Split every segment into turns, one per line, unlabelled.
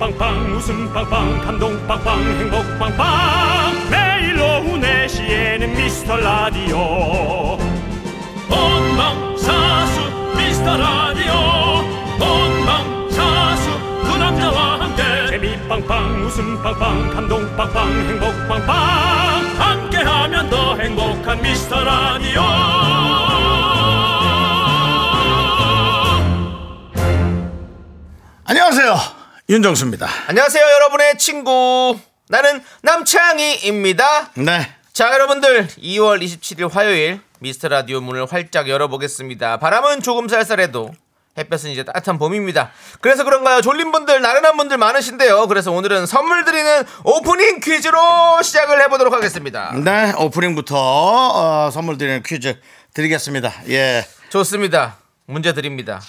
빵빵 웃음 빵빵 감동 빵빵 행복 빵빵 매일 오후 네시에는 미스터 라디오 본방사수 미스터 라디오 본방사수 그 남자와 함께 재미 빵빵 웃음 빵빵 감동 빵빵 행복 빵빵 함께하면 더 행복한 미스터 라디오
안녕하세요. 윤정수입니다.
안녕하세요, 여러분의 친구. 나는 남창희입니다.
네.
자, 여러분들, 2월 27일 화요일 미스터 라디오 문을 활짝 열어보겠습니다. 바람은 조금 쌀쌀해도 햇볕은 이제 따뜻한 봄입니다. 그래서 그런가요? 졸린 분들, 나른한 분들 많으신데요. 그래서 오늘은 선물 드리는 오프닝 퀴즈로 시작을 해보도록 하겠습니다.
네. 오프닝부터 어, 선물 드리는 퀴즈 드리겠습니다. 예.
좋습니다. 문제 드립니다.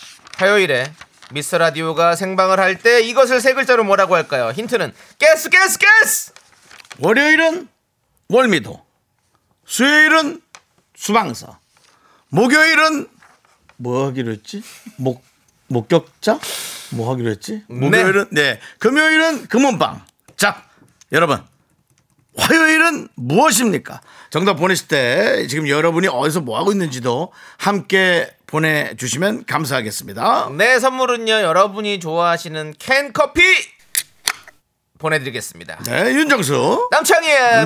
화요일에 미스터 라디오가 생방을 할 때 이것을 세 글자로 뭐라고 할까요? 힌트는 가스, 가스, 가스!
월요일은 월미도. 수요일은 수방사. 목요일은 뭐 하기로 했지? 목 목격자? 뭐 하기로 했지? 목요일은 네. 금요일은 금은방. 자, 여러분. 화요일은 무엇입니까? 정답 보내실 때 지금 여러분이 어디서 뭐 하고 있는지도 함께 보내 주시면 감사하겠습니다.
네, 선물은요. 여러분이 좋아하시는 캔커피 보내드리겠습니다.
네, 윤정수.
남창희의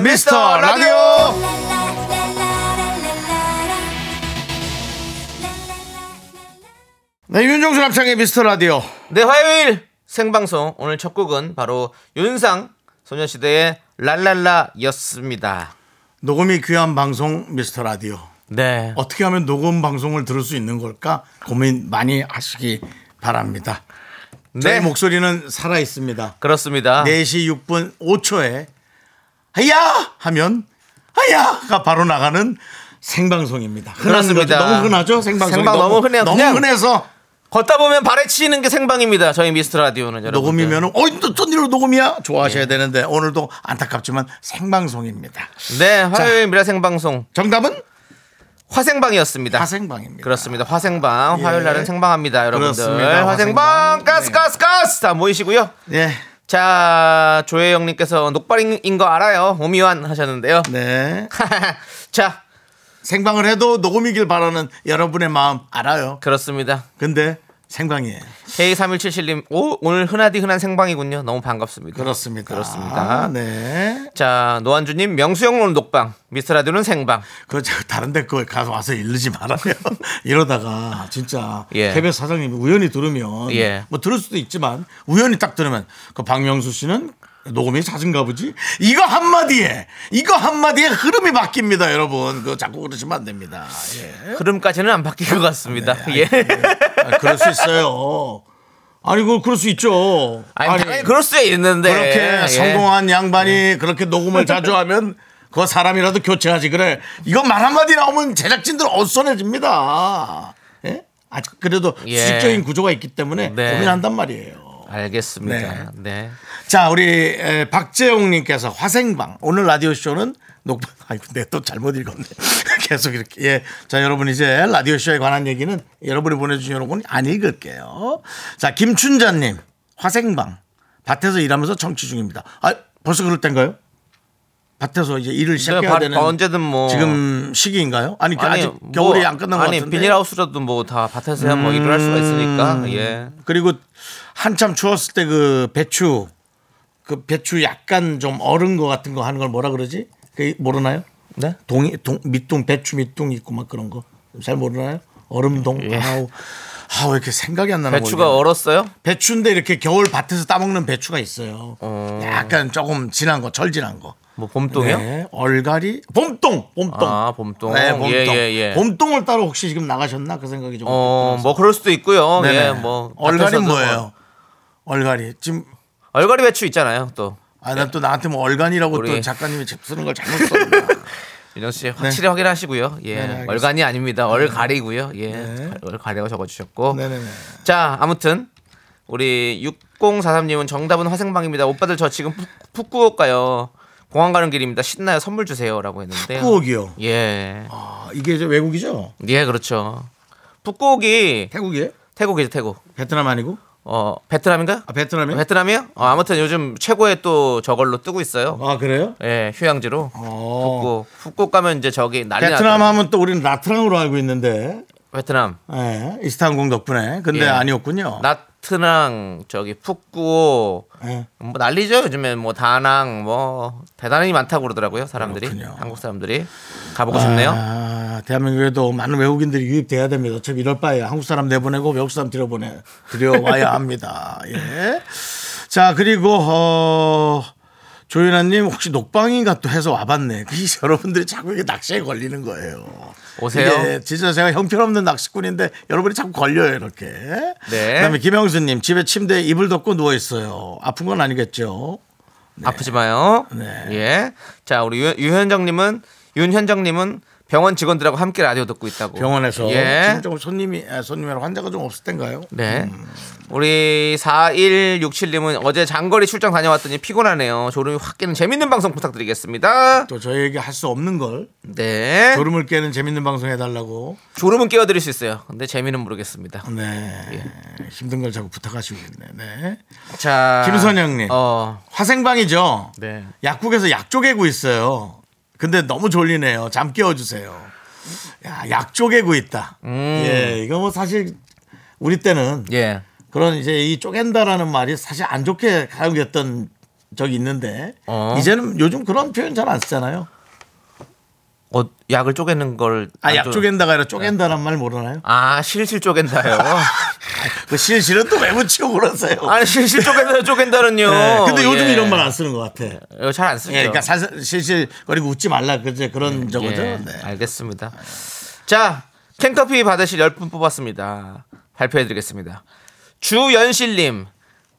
네, 미스터 라디오. 네, 윤정수 남창의 미스터 라디오.
네, 화요일 생방송 오늘 첫 곡은 바로 윤상 소녀시대의 랄랄라였습니다.
녹음이 귀한 방송 미스터 라디오.
네.
어떻게 하면 녹음 방송을 들을 수 있는 걸까 고민 많이 하시기 바랍니다. 제
네,
목소리는 네. 살아 있습니다.
그렇습니다.
4시 6분 5초에 아야 하면 아야가 바로 나가는 생방송입니다. 흔한 거죠.
그렇습니다.
너무 흔하죠? 생방송
생방 너무 흔해요.
너무
그냥
흔해서
걷다 보면 발에 치이는 게 생방입니다. 저희 미스터 라디오는 여러분.
녹음이면 어이 또 일로 녹음이야 좋아하셔야 되는데 오늘도 안타깝지만 생방송입니다.
네, 화요일 미라 생방송
정답은
화생방이었습니다.
다생방입니다.
네. 그렇습니다. 화생방 화요일 날은
예.
생방합니다, 여러분들.
그렇습니다.
화생방
화생방.
가스
네.
가스 가스 다 모이시고요.
예.
자, 조혜영님께서 녹발인 거 알아요. 오미완 하셨는데요.
네.
자,
생방을 해도 녹음이길 바라는 여러분의 마음 알아요.
그렇습니다.
근데 생방이에요.
K3177님, 오, 오늘 흔하디 흔한 생방이군요. 너무 반갑습니다.
그렇습니다.
그렇습니다.
아, 네.
자, 노한주님, 명수형 오늘 녹방, 미스라디오는 생방.
그거 저 다른 데 거 가서 와서 이르지 말아요. 이러다가 진짜
예.
KBS 사장님이 우연히 들으면
예.
뭐 들을 수도 있지만 우연히 딱 들으면 그 박명수 씨는 녹음이 잦은가 보지. 이거 한마디에 이거 한마디에 흐름이 바뀝니다, 여러분. 그거 자꾸 그러시면 안 됩니다. 예.
흐름까지는 안 바뀔 것 같습니다. 예.
아, 그럴 수 있어요. 아니 그 그럴 수 있죠.
아니, 당연히 그럴 수 있는데.
그렇게
예.
성공한 양반이 그렇게 녹음을 자주 하면 그 사람이라도 교체하지 그래. 이건 말 한마디 나오면 제작진들 어수선해집니다. 예? 아직 그래도
예.
수직적인 구조가 있기 때문에
네.
고민한단 말이에요.
알겠습니다. 네.
자, 우리 에, 박재홍님께서 화생방 오늘 라디오 쇼는 녹방. 아이고, 내또 잘못 읽었네. 계속 이렇게. 예. 자, 여러분 이제 라디오 쇼에 관한 얘기는 여러분이 보내주신 여러분 안 읽을게요. 자, 김춘자님 화생방 밭에서 일하면서 정치 중입니다. 아, 벌써 그럴 땐가요? 밭에서 이제 일을 시작해야
바-
되는
네, 언제든 뭐-
지금 시기인가요? 아니, 그
아니,
아직 겨울이
뭐,
안 끝난 것
아니,
같은데. 음.
비닐하우스라도 뭐 다 밭에서 야뭐 일을 할 수가 있으니까. 예.
그리고 한참 추웠을 때 그 배추 그 배추 약간 좀 얼은 거 같은 거 하는 걸 뭐라 그러지? 그 모르나요?
네?
동이 동 밑동 배추 밑동 있고 막 그런 거 잘 모르나요? 얼음동 아우 아왜 이렇게 생각이 안 나나
예. 배추가
모르겠네.
얼었어요?
배추인데 이렇게 겨울 밭에서 따먹는 배추가 있어요. 약간 조금 진한 거, 절 진한 거.
뭐 봄동이요?
네, 얼갈이, 봄동, 봄동.
아, 봄동.
네, 봄동.
예, 예, 예.
봄동을 따로 혹시 지금 나가셨나 그 생각이 좀.
어, 뭐 그럴 수도 있고요.
네네.
예, 뭐
얼갈이
밭에서도 뭐-
뭐예요? 얼갈이 지금
얼갈이 배추 있잖아요. 또
아나또 나한테 뭐 얼간이라고 또
우리-
작가님이 집 쓰는 걸 잘못 썼나?
윤정 씨 확실히 확인하시고요. 예,
네. 알겠습니다. 네.
얼간이 아닙니다. 얼갈이고요. 예, 얼갈이라고 적어주셨고.
네네네.
자, 아무튼 우리 6043님은 정답은 화생방입니다. 오빠들 저 지금 푸- 푸꾸오카요. 공항 가는 길입니다. 신나요. 선물 주세요라고 했는데.
푸꾸옥이요?
예,
아, 이게 이제 외국이죠?
예, 그렇죠. 푸꾸옥이
태국이에요?
태국이죠, 태국.
베트남 아니고?
어, 베트남인가요?
아, 베트남이?
베트남이요? 어, 아무튼 요즘 최고의 또 저걸로 뜨고 있어요.
아, 그래요?
예, 휴양지로.
어.
뭐, 훅국 가면 이제 저기 난리
베트남
났다.
하면 또 우리는 나트랑으로 알고 있는데.
베트남.
예, 이스탄공 덕분에. 근데
예.
아니었군요.
나트랑 저기 푸꾸오
예.
뭐 난리죠 요즘에 뭐 다낭 뭐 대단히 많다고 그러더라고요 사람들이
그렇군요.
한국 사람들이 가보고 싶네요
아, 대한민국에도 많은 외국인들이 유입돼야 됩니다. 어차피 이럴 바에 한국 사람 내보내고 외국 사람 들여보내 들여와야 합니다. 예. 자 그리고 어, 조윤아님 혹시 녹방인가 또 해서 와봤네. 그 여러분들이 자꾸 이게 낚시에 걸리는 거예요.
오세요.
이게 진짜 제가 형편없는 낚시꾼인데 여러분이 자꾸 걸려요 이렇게.
네.
그다음에 김영수님 집에 침대에 이불 덮고 누워 있어요. 아픈 건 아니겠죠? 네.
아프지 마요 예 자 우리 유, 유현정님은 윤현정님은 병원 직원들하고 함께 라디오 듣고 있다고
병원에서
예.
지금 좀 손님이 아, 손님이라 환자가 좀 없을 텐가요?
네.
음.
우리 4167님은 어제 장거리 출장 다녀왔더니 피곤하네요. 졸음이 확 깨는 재밌는 방송 부탁드리겠습니다.
또 저희에게 할 수 없는 걸
네.
졸음을 깨는 재밌는 방송 해달라고
졸음은 깨워드릴 수 있어요. 근데 재미는 모르겠습니다.
네
예.
힘든 걸 자꾸 부탁하시고 있네 네.
자.
김선영님.
어.
화생방이죠
네.
약국에서 약 쪼개고 있어요 근데 너무 졸리네요 잠 깨워주세요 야, 약 쪼개고 있다
음.
예 이거 뭐 사실 우리 때는
예.
그런 이제 이 쪼갠다라는 말이 사실 안 좋게 사용됐던 적이 있는데
어.
이제는 요즘 그런 표현 잘 안 쓰잖아요
어, 약을 쪼개는 걸.
아
안
약
쪼-
쪼갠다가 아니라
네.
쪼갠다란 말 모르나요?
아, 실실 쪼갠다요.
그 실실은 또 왜 붙이고 그러세요?
아니, 실실 쪼갠다, 쪼갠다는요.
네, 근데 요즘
예.
이런 말 안 쓰는 것 같아. 예,
이거 잘 안 쓰죠.
그러니까 살살 실실거리고 웃지 말라 그제 그런 저거죠.
예,
네.
알겠습니다. 자, 캔커피 받으실 10분 뽑았습니다. 발표해드리겠습니다. 주연실님,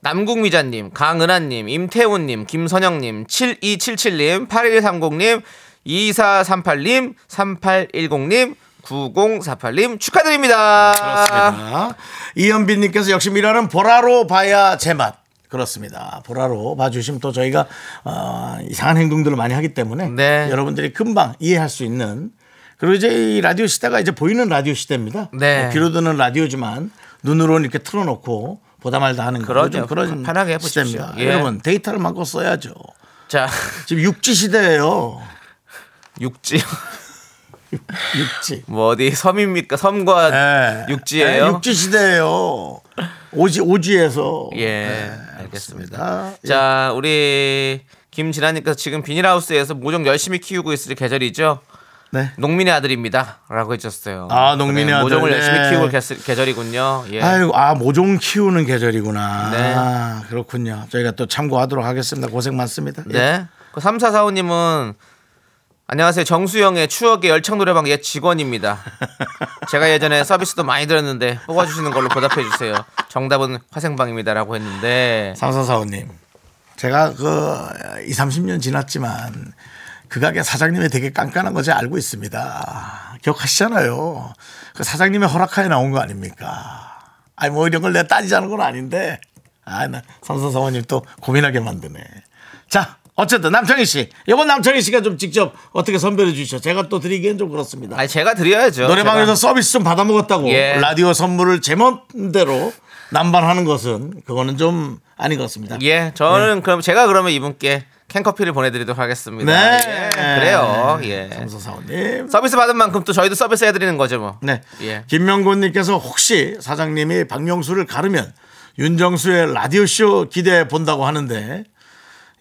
남국미자님, 강은하님, 임태훈님, 김선영님, 7277님, 8130님, 2438님, 3810님, 9048님 축하드립니다.
아, 이현빈님께서 역시 미라는 보라로 봐야 제맛. 그렇습니다. 보라로 봐주시면 또 저희가 어, 이상한 행동들을 많이 하기 때문에
네.
여러분들이 금방 이해할 수 있는 그리고 이제 이 라디오 시대가 이제 보이는 라디오 시대입니다.
네.
뭐 귀로 듣는 라디오지만 눈으로는 이렇게 틀어놓고 보다 말다 하는 거.
그러죠.
좀 그런
편하게 해보십시오.
시대입니다.
예.
여러분 데이터를 많고 써야죠.
자,
지금 육지 시대예요.
육지.
육지.
뭐 어디 섬입니까? 섬과
예.
네. 육지예요.
예, 육지 시대예요. 오지 오지에서.
예, 알겠습니다.
알겠습니다. 예.
자, 우리 김진아님께서 지금 비닐하우스에서 모종 열심히 키우고 있을 계절이죠.
네.
농민의 아들입니다라고 해주셨어요.
아, 농민의 아들.
모종을 열심히
네.
키우고 계절- 계절이군요. 예.
아이고 아 모종 키우는 계절이구나.
네.
아, 그렇군요. 저희가 또 참고하도록 하겠습니다. 고생 많습니다. 예.
네. 그 3445님은 안녕하세요. 정수영의 추억의 열창 노래방 옛 직원입니다. 제가 예전에 서비스도 많이 들었는데 뽑아주시는 걸로 보답해 주세요. 정답은 화생방입니다라고 했는데
삼사사오님, 제가 그 2, 30년 지났지만 그 가게 사장님이 되게 깐깐한 거 제가 알고 있습니다. 기억하시잖아요. 그 사장님의 허락하에 나온 거 아닙니까? 아니 뭐 이런 걸 내가 따지자는 건 아닌데, 아나 삼사사오님 또 고민하게 만드네. 자. 어쨌든 남창희 씨, 이건 남창희 씨가 좀 직접 어떻게 선별해 주시죠. 제가 또 드리기엔 좀 그렇습니다.
아니 제가 드려야죠.
노래방에서
제가.
서비스 좀 받아 먹었다고
예.
라디오 선물을 제멋대로 남발하는 것은 그거는 좀 아닌 것 같습니다.
예, 저는 그럼 제가 그러면 이분께 캔커피를 보내드리도록 하겠습니다.
네.
예, 그래요. 예.
삼사사원님.
서비스 받은 만큼 또 저희도 서비스 해드리는 거죠 뭐.
네.
예.
김명곤님께서 혹시 사장님이 박명수를 가르면 윤정수의 라디오 쇼 기대해 본다고 하는데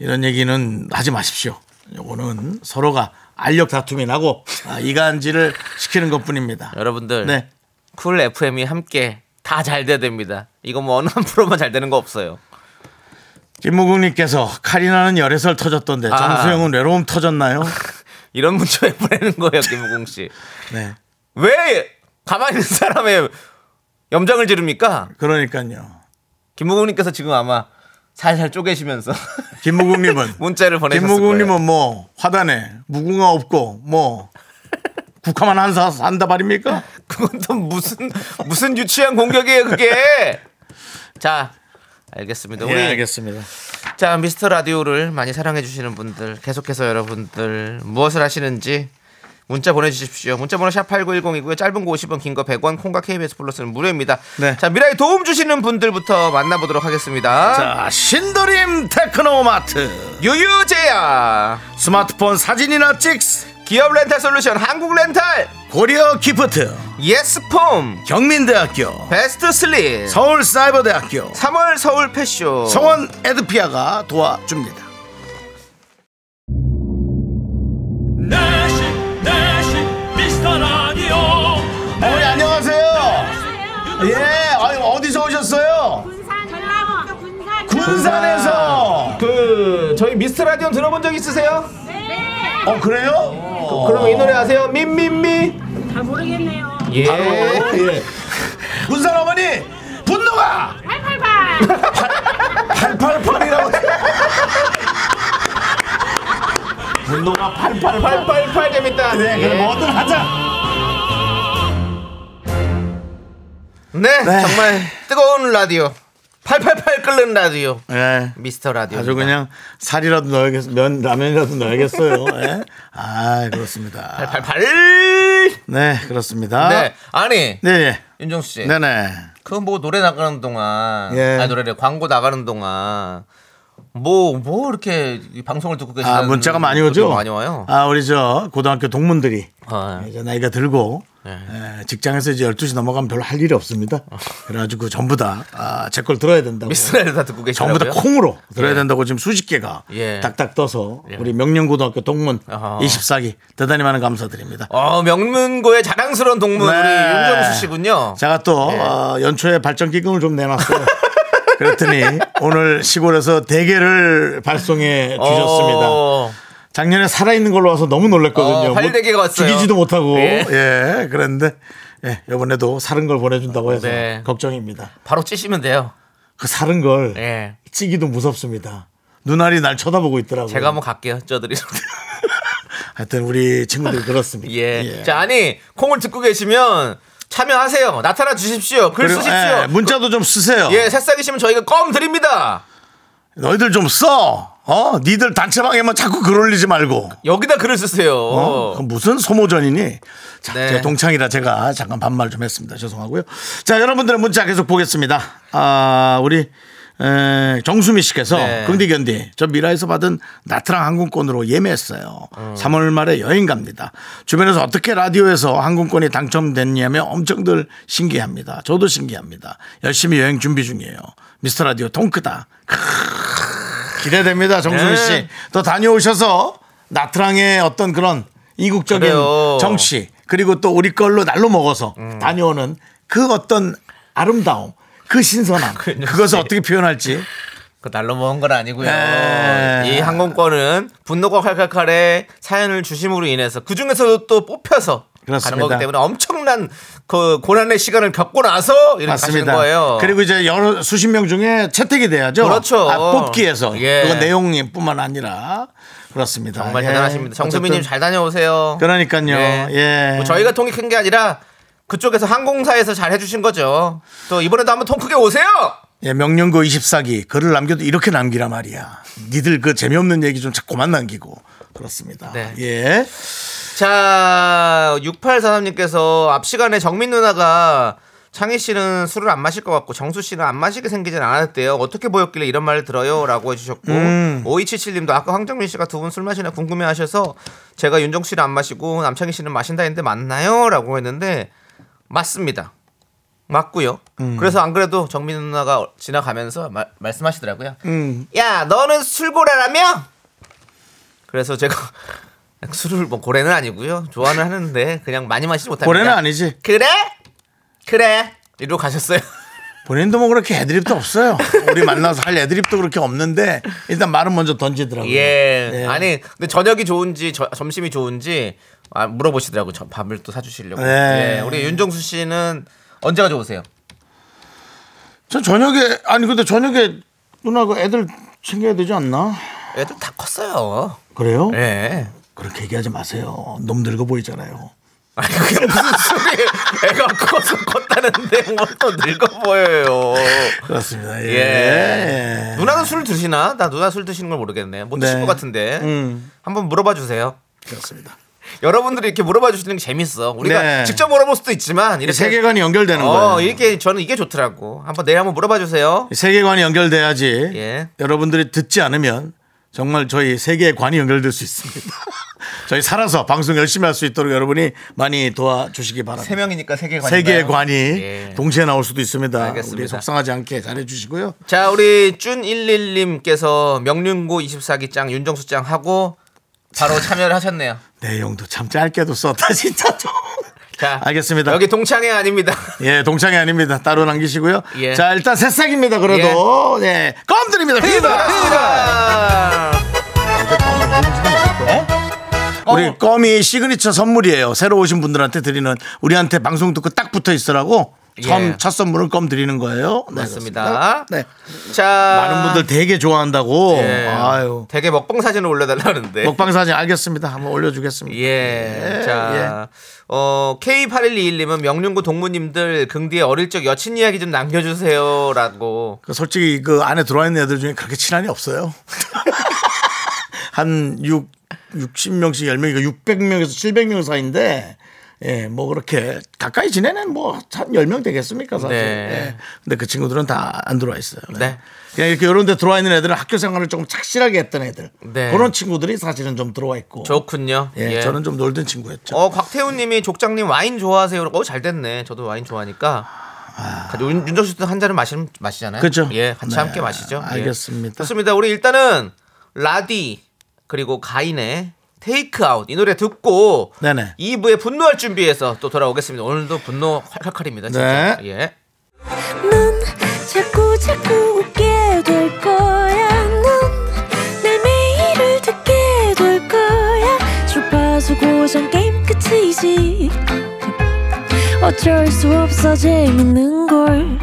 이런 얘기는 하지 마십시오. 요거는 서로가 알력 다툼이 나고 아, 이간질을 시키는 것뿐입니다.
여러분들
네.
쿨 FM이 함께 다 잘 돼야 됩니다. 이거 뭐 어느 한 프로만 잘 되는 거 없어요.
김무국님께서 카리나는 열애설 터졌던데
아.
정수영은 외로움 터졌나요?
이런 문자에 보내는 거예요, 김우공 씨.
네.
왜 가만히 있는 사람의 염장을 지릅니까?
그러니까요.
김우공님께서 지금 아마 살살 쪼개시면서
김무국님은
문자를 보내셨을 거예요.
김무국님은 뭐 화단에 무궁화 없고 뭐 국화만 한사 산다 말입니까?
그건 또 무슨 무슨 유치한 공격이에요 그게 자 알겠습니다 네, 우리
예, 알겠습니다.
자 미스터 라디오를 많이 사랑해 주시는 분들 계속해서 여러분들 무엇을 하시는지 문자 보내주십시오. 문자번호 샵 8910이고요. 짧은 거 50원, 긴 거 100원, 콩과 KBS 플러스는 무료입니다.
네.
자, 미라에 도움 주시는 분들부터 만나보도록 하겠습니다.
자, 신도림 테크노마트.
유유제야,
스마트폰 사진이나 찍스.
기업 렌탈 솔루션, 한국 렌탈,
고려 기프트.
예스폼,
경민대학교.
베스트 슬립,
서울사이버대학교.
3월 서울 패쇼,
성원 에드피아가 도와줍니다.
내시 내시 미스터 라디오
어머니 안녕하세요. 예, 아니 어디서 오셨어요?
군산 전라북도 군산
군산에서.
그 저희 미스터 라디오 들어본 적 있으세요?
네.
어 그래요?
그럼 이 노래 아세요? 민민미.
잘 모르겠네요.
예.
군산 어, 어머니 분노가
팔팔팔.
888이라고. 분노가 888.
888 재밌다.
네, 그럼 뭐든 하자.
네,
네.
정말 뜨거운 라디오. 888 끓는 라디오.
예.
미스터 라디오.
아주 그냥 살이라도 넣어야겠, 면 라면이라도 넣어야겠어요. 예. 아 그렇습니다.
888.
네 그렇습니다.
네. 아니,
네, 네.
윤정수 씨.
네네.
그거 뭐 노래 나가는 동안
예.
아니 노래래 광고 나가는 동안 뭐 뭐 이렇게 이 방송을 듣고 계시는
아 문자가 많이 오죠?
분들도 음, 많이 와요.
아 우리 저 고등학교 동문들이
아, 예.
이제 나이가 들고 에, 직장에서 이제 12시 넘어가면 별로 할 일이 없습니다. 그래가지고 전부 다제 걸 들어야 된다고.
미스터라디오 다 듣고
전부 다
계시더라고요.
콩으로 들어야
예.
된다고 지금 수십 개가
예.
딱딱 떠서 우리 명륜고등학교 동문
아하.
24기 대단히 많은 감사드립니다.
어, 명문고의 자랑스러운 동문 우리
네.
윤정수 씨군요.
제가 또
예.
어, 연초에 발전 기금을 좀 내놨어요. 그랬더니 오늘 시골에서 대게를 발송해 주셨습니다.
어,
작년에 살아있는 걸로 와서 너무 놀랐거든요.
어, 활대기가
뭐
왔어요.
죽이지도 못하고.
예.
예, 그랬는데, 예, 이번에도 사른 걸 보내준다고 해서
네.
걱정입니다.
바로 찌시면 돼요.
그 사른 걸
예.
찌기도 무섭습니다. 눈알이 날 쳐다보고 있더라고요.
제가 뭐 한번 갈게요. 쪄드리도록.
하여튼 우리 친구들이 그렇습니다.
예. 자, 아니, 콩을 듣고 계시면 참여하세요. 나타나 주십시오. 글
그리고,
쓰십시오.
예, 문자도 좀 쓰세요.
예, 새싹이시면 저희가 껌 드립니다.
너희들 좀 써. 어? 니들 단체방에만 자꾸 글 올리지 말고.
여기다 글을 쓰세요.
어, 그건 무슨 소모전이니? 자,
네.
제 동창이라 제가 잠깐 반말 좀 했습니다. 죄송하고요. 자, 여러분들의 문자 계속 보겠습니다. 아, 우리 에, 정수미 씨께서
네.
긍디견디 저 미라에서 받은 나트랑 항공권으로 예매했어요.
음.
3월 말에 여행 갑니다. 주변에서 어떻게 라디오에서 항공권이 당첨됐냐며 엄청들 신기합니다. 저도 신기합니다. 열심히 여행 준비 중이에요. 미스터 라디오 통크다. 크으, 기대됩니다, 정수미
네.
씨. 또 다녀오셔서 나트랑의 어떤 그런 이국적인
그래요. 음.
정치 그리고 또 우리 걸로 날로 먹어서 다녀오는 그 어떤 아름다움 그 신선함 그것을 어떻게 표현할지
그 날로 먹은 건 아니고요.
네.
이 항공권은 분노가 칼칼칼의 사연을 주심으로 인해서 그 중에서도 또 뽑혀서
그렇습니다.
가는 거기 때문에 엄청난 그 고난의 시간을 겪고 나서 이렇게 가시는 거예요.
그리고 이제 여러 수십 명 중에 채택이 돼야죠.
그렇죠.
아, 뽑기에서
예.
그건 내용뿐만 아니라 그렇습니다.
정말
예.
대단하십니다. 정수민님
어쨌든
잘 다녀오세요.
그러니까요. 예.
뭐 저희가 통이 큰 게 아니라 그쪽에서 항공사에서 잘 해주신 거죠. 또 이번에도 한번 통 크게 오세요.
예, 명령고 24기 글을 남겨도 이렇게 남기라 말이야. 니들 그 재미없는 얘기 좀 자꾸만 남기고 그렇습니다.
네.
예.
자, 6843님께서 앞 시간에 정민 누나가 창희 씨는 술을 안 마실 것 같고 정수 씨는 안 마시게 생기진 않았대요. 어떻게 보였길래 이런 말을 들어요라고 해주셨고 5277님도 아까 황정민 씨가 두 분 술 마시나 궁금해하셔서 제가 윤정 씨는 안 마시고 남창희 씨는 마신다 했는데 맞나요?라고 했는데 맞습니다. 맞고요. 그래서 안 그래도 정민 누나가 지나가면서 마- 말씀하시더라고요.
음.
야, 너는 술고래라며? 그래서 제가 술을 뭐 고래는 아니고요. 좋아는 하는데 그냥 많이 마시지 못합니다.
고래는 아니지.
그래? 그래? 이러고 가셨어요.
본인도 뭐 그렇게 애드립도 없어요. 우리 만나서 할 애드립도 그렇게 없는데 일단 말은 먼저 던지더라고요.
예.
예.
아니, 근데 저녁이 좋은지 저- 점심이 좋은지 아, 물어보시더라고. 저, 밥을 또 사주시려고.
네.
예. 우리 윤정수 씨는 언제가 좋으세요?
저 저녁에 아니 근데 저녁에 누나가 애들 챙겨야 되지 않나?
애들 다 컸어요.
그래요?
예.
그렇게 얘기하지 마세요. 너무 늙어 보이잖아요.
아니 그게 무슨 소리예요? 애가 커서 컸다는데 뭐 또 늙어 보여요.
그렇습니다. 예.
예.
예.
누나는 술 드시나? 나 누나 술 드시는 걸 모르겠네. 못
네.
드실 것 같은데.
음.
한번 물어봐 주세요.
그렇습니다.
여러분들이 이렇게 물어봐 주시는 게 재밌어. 우리가
네.
직접 물어볼 수도 있지만
이
이렇게
세계관이 연결되는
어,
거예요.
이렇게 저는 이게 좋더라고. 한번 내일 한번 물어봐 주세요.
이 세계관이 연결돼야지
예.
여러분들이 듣지 않으면 정말 저희 세계관이 연결될 수 있습니다. 저희 살아서 방송 열심히 할 수 있도록 여러분이 많이 도와주시기 바랍니다.
세 명이니까 세계 관.
세계의 관이
예.
동시에 나올 수도 있습니다.
알겠습니다.
우리 속상하지 않게 잘해주시고요.
자, 우리 준11님께서 명륜고 24기 짱 윤정수 짱 하고 바로 참여를 하셨네요.
내용도 참 짧게도 썼다 진짜 좀.
자,
알겠습니다.
여기 동창회 아닙니다.
예, 동창이 아닙니다. 따로 남기시고요.
예.
자, 일단 새싹입니다. 그래도 예, 껌 드립니다.
어.
우리 껌이 시그니처 선물이에요. 새로 오신 분들한테 드리는 우리한테 방송 듣고 딱 붙어 있으라고 처음
예.
첫 선물은 껌 드리는 거예요. 네, 그렇습니다.
맞습니다.
네.
자,
많은 분들 되게 좋아한다고.
예,
아유.
되게 먹방 사진을 올려달라는데.
먹방 사진 알겠습니다. 한번 올려주겠습니다.
예.
예,
자, 어, K8121님은 명륜구 동무님들 긍디의 어릴 적 여친 이야기 좀 남겨주세요라고.
그 솔직히 그 안에 들어와 있는 애들 중에 그렇게 친한이 없어요. 한 6, 60명씩 10명이니까 600명에서 700명 사이인데 예, 뭐 그렇게 가까이 지내는 뭐한 10명 되겠습니까, 사실.
네.
예. 근데 그 친구들은 다 안 들어와 있어요.
네.
그냥 이렇게 이런 데 들어와 있는 애들은 학교 생활을 조금 착실하게 했던 애들.
네.
그런 친구들이 사실은 좀 들어와 있고.
좋군요.
예,
예.
저는 좀 놀던 친구였죠.
어, 곽태훈님이 족장님 와인 좋아하세요? 어, 잘 됐네. 저도 와인 좋아하니까. 같이 윤, 윤정수 씨도 한 잔을 마시는 마시잖아요.
그죠?
예, 같이
네,
함께 마시죠. 예.
알겠습니다.
좋습니다. 우리 일단은 라디 그리고 가인의 테이크아웃 이 노래 듣고
네네.
2부에 분노할 준비해서 또 돌아오겠습니다. 오늘도 분노 칼칼칼입니다. 진짜.
네.
예.
넌 자꾸 자꾸 웃게 될 거야. 넌내 매일을 듣게 될 거야. 주파수 고정 게임 끝이지. 어쩔 수 없어 재밌는 걸.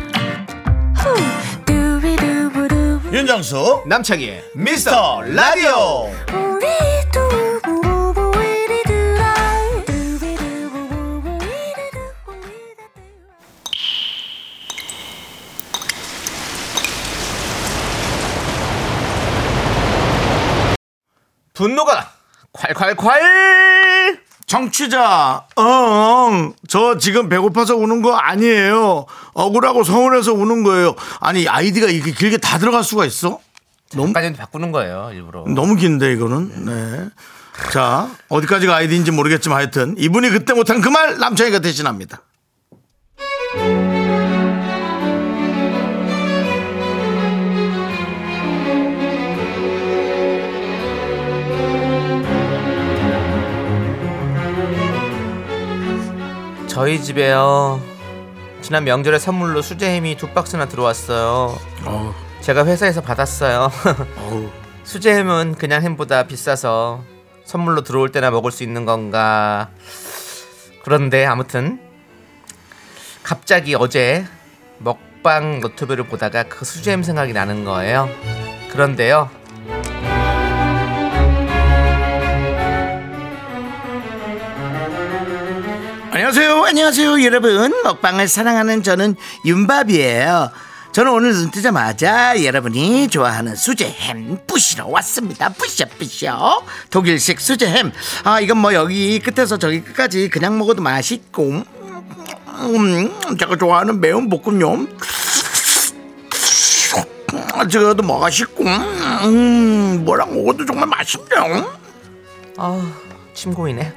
후. 두비두부두.
윤정수
남창희의 미스터 라디오
우리 두부부부 우리 두라. 두비두부부부 우리 두부 우리 두부.
분노가 콸콸콸
정취자, 엉, 저 지금 배고파서 우는 거 아니에요. 억울하고 서운해서 우는 거예요. 아니, 아이디가 이렇게 길게 다 들어갈 수가 있어? 너무,
까지는 바꾸는 거예요 일부러
너무 긴데, 이거는. 네. 자, 어디까지가 아이디인지 모르겠지만 하여튼, 이분이 그때 못한 그 말 남창이가 대신합니다.
저희 집에요 지난 명절에 선물로 수제햄이 두 박스나 들어왔어요
어우,
제가 회사에서 받았어요
어우.
수제햄은 그냥 햄보다 비싸서 선물로 들어올 때나 먹을 수 있는 건가 그런데 아무튼 갑자기 어제 먹방 너튜브를 보다가 그 수제햄 생각이 나는 거예요 그런데요
안녕하세요. 안녕하세요. 여러분. 먹방을 사랑하는 저는 윤밥이에요. 저는 오늘 눈 뜨자마자 여러분이 좋아하는 수제햄 부시러 왔습니다. 부셔 부셔. 독일식 수제햄. 아 이건 뭐 여기 끝에서 저기 끝까지 그냥 먹어도 맛있고 음, 제가 좋아하는 매운 볶음요. 음, 저도 뭐 맛있고 음, 뭐랑 먹어도 정말 맛있네요.
아, 침 고이네.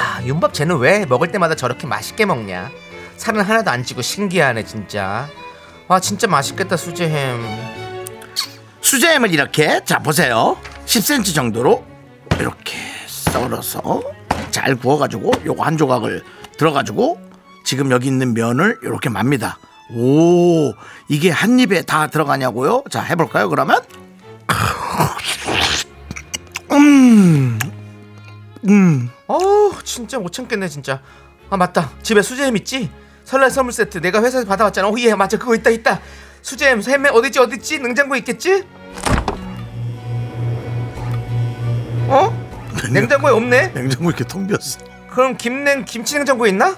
아, 윤밥 쟤는 왜 먹을 때마다 저렇게 맛있게 먹냐? 살은 하나도 안 찌고 신기하네 진짜. 아, 진짜 맛있겠다 수제햄.
수제햄을 이렇게 자 보세요 10cm 정도로 이렇게 썰어서 잘 구워가지고 요거 한 조각을 들어가지고 지금 여기 있는 면을 이렇게 맙니다 오 이게 한 입에 다 들어가냐고요 자 해볼까요 그러면
어우, 진짜 못 참겠네 진짜. 아, 맞다. 집에 수제햄 있지? 설날 선물 세트 내가 회사에서 받아왔잖아. 오, 예, 맞아. 그거 있다 있다. 수제햄, 햄 어디지 어디지? 냉장고에 있겠지? 어? 냉장고에 없네?
냉장고 이렇게 텅 비었어
그럼 김냉 김치 냉장고에 있나?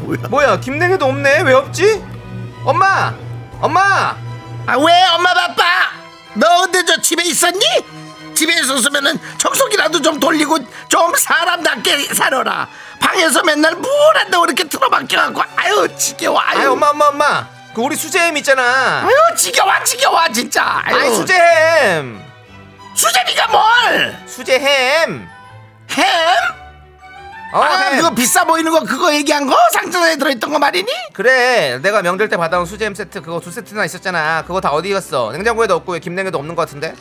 뭐야
뭐야 김냉이도 없네 왜 없지? 엄마 엄마
아 왜 엄마 바빠 너 근데 저 집에 있었니? 집에 있었으면은 청소기라도 좀 돌리고 좀 사람답게 살아라. 방에서 맨날 뭘 한다고 이렇게 틀어박혀갖고 아유 지겨워 아유
아이 엄마 엄마 엄마 그 우리 수재엠 있잖아
아유 지겨워 지겨워 진짜. 아유,
아이 수재햄
수제비가 뭘?
수재햄
햄?
어,
아
햄.
그거 비싸 보이는 거 그거 얘기한 거 상자에 들어있던 거 말이니?
그래 내가 명절 때 받아온 수재햄 세트 그거 두 세트나 있었잖아 그거 다 어디 갔어 냉장고에도 없고 왜 김냉에도 없는 것 같은데